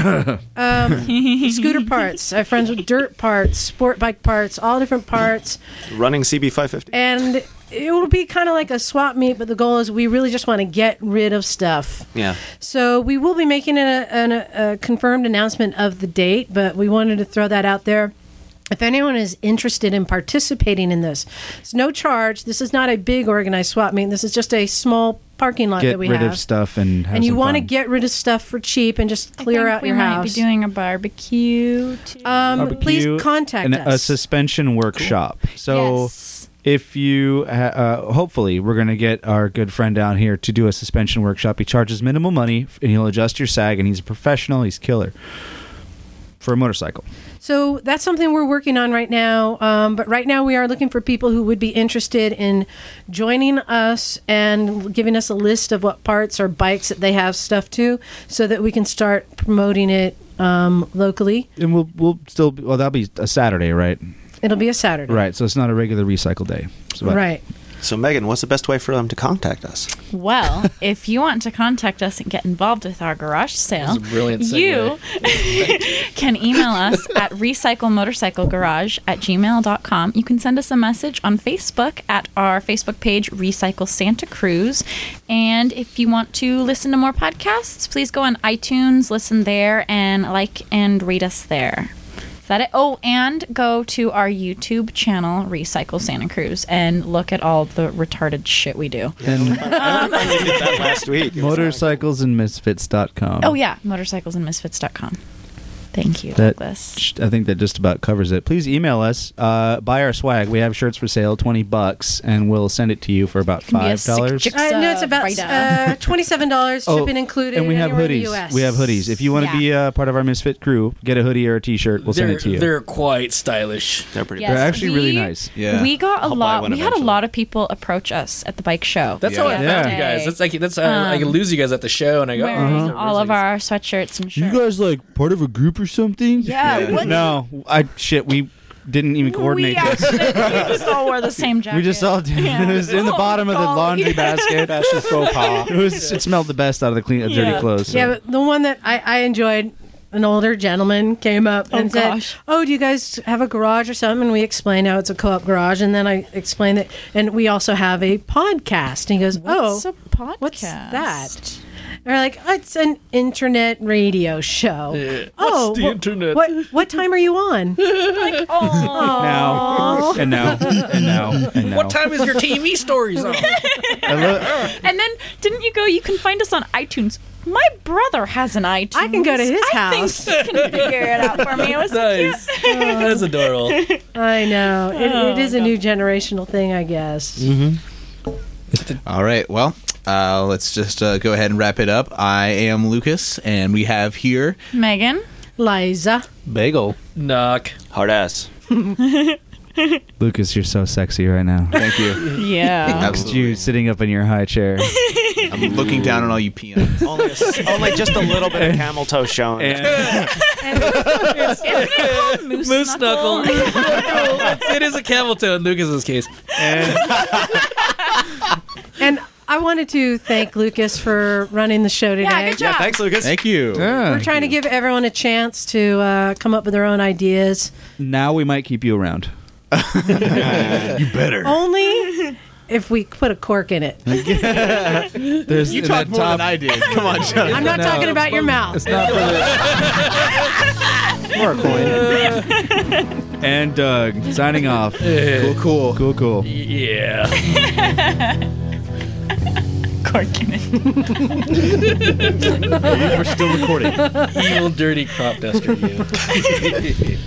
Speaker 3: scooter parts. I have friends with dirt parts, sport bike parts, all different parts.
Speaker 7: Running CB550.
Speaker 3: And it will be kind of like a swap meet, but the goal is we really just want to get rid of stuff.
Speaker 7: yeah.
Speaker 3: So we will be making a, an a confirmed announcement of the date, but we wanted to throw that out there. If anyone is interested in participating in this, it's no charge. This is not a big organized swap meet. This is just a small parking lot
Speaker 5: Get
Speaker 3: that we
Speaker 5: rid
Speaker 3: have.
Speaker 5: of stuff and have
Speaker 3: and you
Speaker 5: some
Speaker 3: want to
Speaker 5: fun.
Speaker 3: get rid of stuff for cheap and just
Speaker 2: I
Speaker 3: clear
Speaker 2: think
Speaker 3: out
Speaker 2: we
Speaker 3: your
Speaker 2: might
Speaker 3: house.
Speaker 2: be doing a barbecue. Too.
Speaker 3: um,
Speaker 5: Barbecue
Speaker 3: please contact
Speaker 5: and
Speaker 3: us.
Speaker 5: a suspension workshop. So.
Speaker 2: yes.
Speaker 5: if you ha- uh, hopefully we're going to get our good friend down here to do a suspension workshop he charges minimal money f- and he'll adjust your sag and he's a professional he's killer for a motorcycle
Speaker 3: So that's something we're working on right now. Um, but right now, we are looking for people who would be interested in joining us and giving us a list of what parts or bikes that they have stuff to, so that we can start promoting it um, locally.
Speaker 5: and we'll we'll still be, well that'll be a saturday right
Speaker 3: It'll be a Saturday.
Speaker 5: right so it's not a regular recycle day So, but-
Speaker 3: Right.
Speaker 7: So, Megan, what's the best way for them to contact us?
Speaker 2: Well, if you want to contact us and get involved with our garage sale,
Speaker 4: That was a brilliant segue.
Speaker 2: you can email us at recyclemotorcyclegarage at gmail.com. You can send us a message on Facebook at our Facebook page, Recycle Santa Cruz. And if you want to listen to more podcasts, please go on iTunes, listen there, and like and rate us there. Is that it? Oh, and go to our YouTube channel, Recycle Santa Cruz, and look at all the retarded shit we do.
Speaker 7: that last week.
Speaker 5: motorcyclesandmisfits.com
Speaker 2: Oh yeah, motorcyclesandmisfits.com. Thank you,
Speaker 5: That-
Speaker 2: Douglas.
Speaker 5: Sh- I think that just about covers it. Please email us. Uh, buy our swag. We have shirts for sale, twenty bucks, and we'll send it to you for about
Speaker 2: Can be a
Speaker 5: five
Speaker 2: sick
Speaker 5: dollars.
Speaker 2: chick
Speaker 3: Uh, no, it's about
Speaker 2: Right
Speaker 3: uh, twenty-seven dollars,
Speaker 5: Oh,
Speaker 3: shipping included,
Speaker 5: and we have
Speaker 3: anywhere in
Speaker 5: hoodies.
Speaker 3: the US.
Speaker 5: We have hoodies. If you want to
Speaker 2: Yeah.
Speaker 5: be uh, part of our Misfit crew, get a hoodie or a T-shirt. We'll send
Speaker 4: they're,
Speaker 5: it to you.
Speaker 4: they're quite stylish.
Speaker 7: They're pretty
Speaker 5: Yes. actually really nice.
Speaker 1: Yeah.
Speaker 2: we got a
Speaker 7: I'll buy
Speaker 2: lot.
Speaker 7: one
Speaker 2: We had a
Speaker 7: eventually.
Speaker 2: lot of people approach us at the bike show.
Speaker 4: That's how I
Speaker 2: Yeah.
Speaker 4: found you guys. That's like that's how I
Speaker 2: Um,
Speaker 4: could lose you guys at the show, and I go oh,
Speaker 2: wearing
Speaker 4: these are
Speaker 2: all of
Speaker 4: Grizzlies.
Speaker 2: our sweatshirts and
Speaker 5: Uh-huh. you
Speaker 2: shirts.
Speaker 5: guys like part of a group or something?
Speaker 2: yeah,
Speaker 1: Yeah.
Speaker 2: what-
Speaker 5: No, I shit. We didn't even coordinate
Speaker 2: We,
Speaker 5: this.
Speaker 2: actually, we just all wore the same jacket.
Speaker 5: We just all did.
Speaker 2: Yeah.
Speaker 5: It was in the
Speaker 2: Oh,
Speaker 5: bottom of the
Speaker 2: golly.
Speaker 5: laundry basket.
Speaker 6: Fashion faux pas.
Speaker 5: It, was, it smelled the best out of the clean, of dirty
Speaker 2: Yeah.
Speaker 5: clothes. so-
Speaker 3: Yeah, but the one that I, I enjoyed, an older gentleman came up
Speaker 2: Oh,
Speaker 3: and said,
Speaker 2: gosh.
Speaker 3: "Oh, do you guys have a garage or something?" And we explained how it's a co-op garage, and then I explained that, and we also have a podcast. And he goes,
Speaker 2: What's
Speaker 3: "Oh,
Speaker 2: a podcast?
Speaker 3: what's that?" And we're like, oh, "It's an internet radio show." oh,
Speaker 4: What's the
Speaker 3: wha-
Speaker 4: internet?
Speaker 3: What what time are you on?
Speaker 2: Oh,
Speaker 5: now and now and now and now.
Speaker 4: What time is your TV stories on?
Speaker 5: I lo-
Speaker 2: and then didn't you go? You can find us on iTunes. My brother has an iTunes.
Speaker 3: I can go to his
Speaker 2: I
Speaker 3: house.
Speaker 2: Think he can figure it out for me. It was so cute.
Speaker 4: nice. That's adorable.
Speaker 3: I know it, it
Speaker 2: Oh,
Speaker 3: is a new generational thing, I guess.
Speaker 4: Mm-hmm.
Speaker 1: All right. Well, uh, let's just uh, go ahead and wrap it up. I am Lucas, and we have here
Speaker 2: Megan.
Speaker 3: Liza,
Speaker 6: Bagel.
Speaker 4: Knock.
Speaker 7: Hard ass.
Speaker 5: Lucas, you're so sexy right now.
Speaker 1: Thank you.
Speaker 2: Yeah.
Speaker 5: It's you sitting up in your high chair.
Speaker 1: I'm looking down on all you peons.
Speaker 7: only, a s- only just a little bit of camel toe shown.
Speaker 2: Moose,
Speaker 4: Moose knuckle. it is a camel toe in Lucas's case.
Speaker 5: and
Speaker 3: and I wanted to thank Lucas for running the show today.
Speaker 2: Yeah, good job.
Speaker 7: Yeah, thanks, Lucas.
Speaker 1: Thank you.
Speaker 5: Yeah.
Speaker 3: We're trying to give everyone a chance to uh, come up with their own ideas.
Speaker 5: Now we might keep you around.
Speaker 1: You better.
Speaker 3: Only if we put a cork in it.
Speaker 5: There's
Speaker 1: you talked more than I did. Come on, Chuck.
Speaker 3: I'm not
Speaker 5: No,
Speaker 3: talking about your mouth.
Speaker 5: It's not for the.
Speaker 6: Or a coin.
Speaker 5: And Doug signing off.
Speaker 1: Cool, cool.
Speaker 5: Cool, cool.
Speaker 4: Yeah.
Speaker 1: We're still recording.
Speaker 4: Evil, dirty crop duster, you.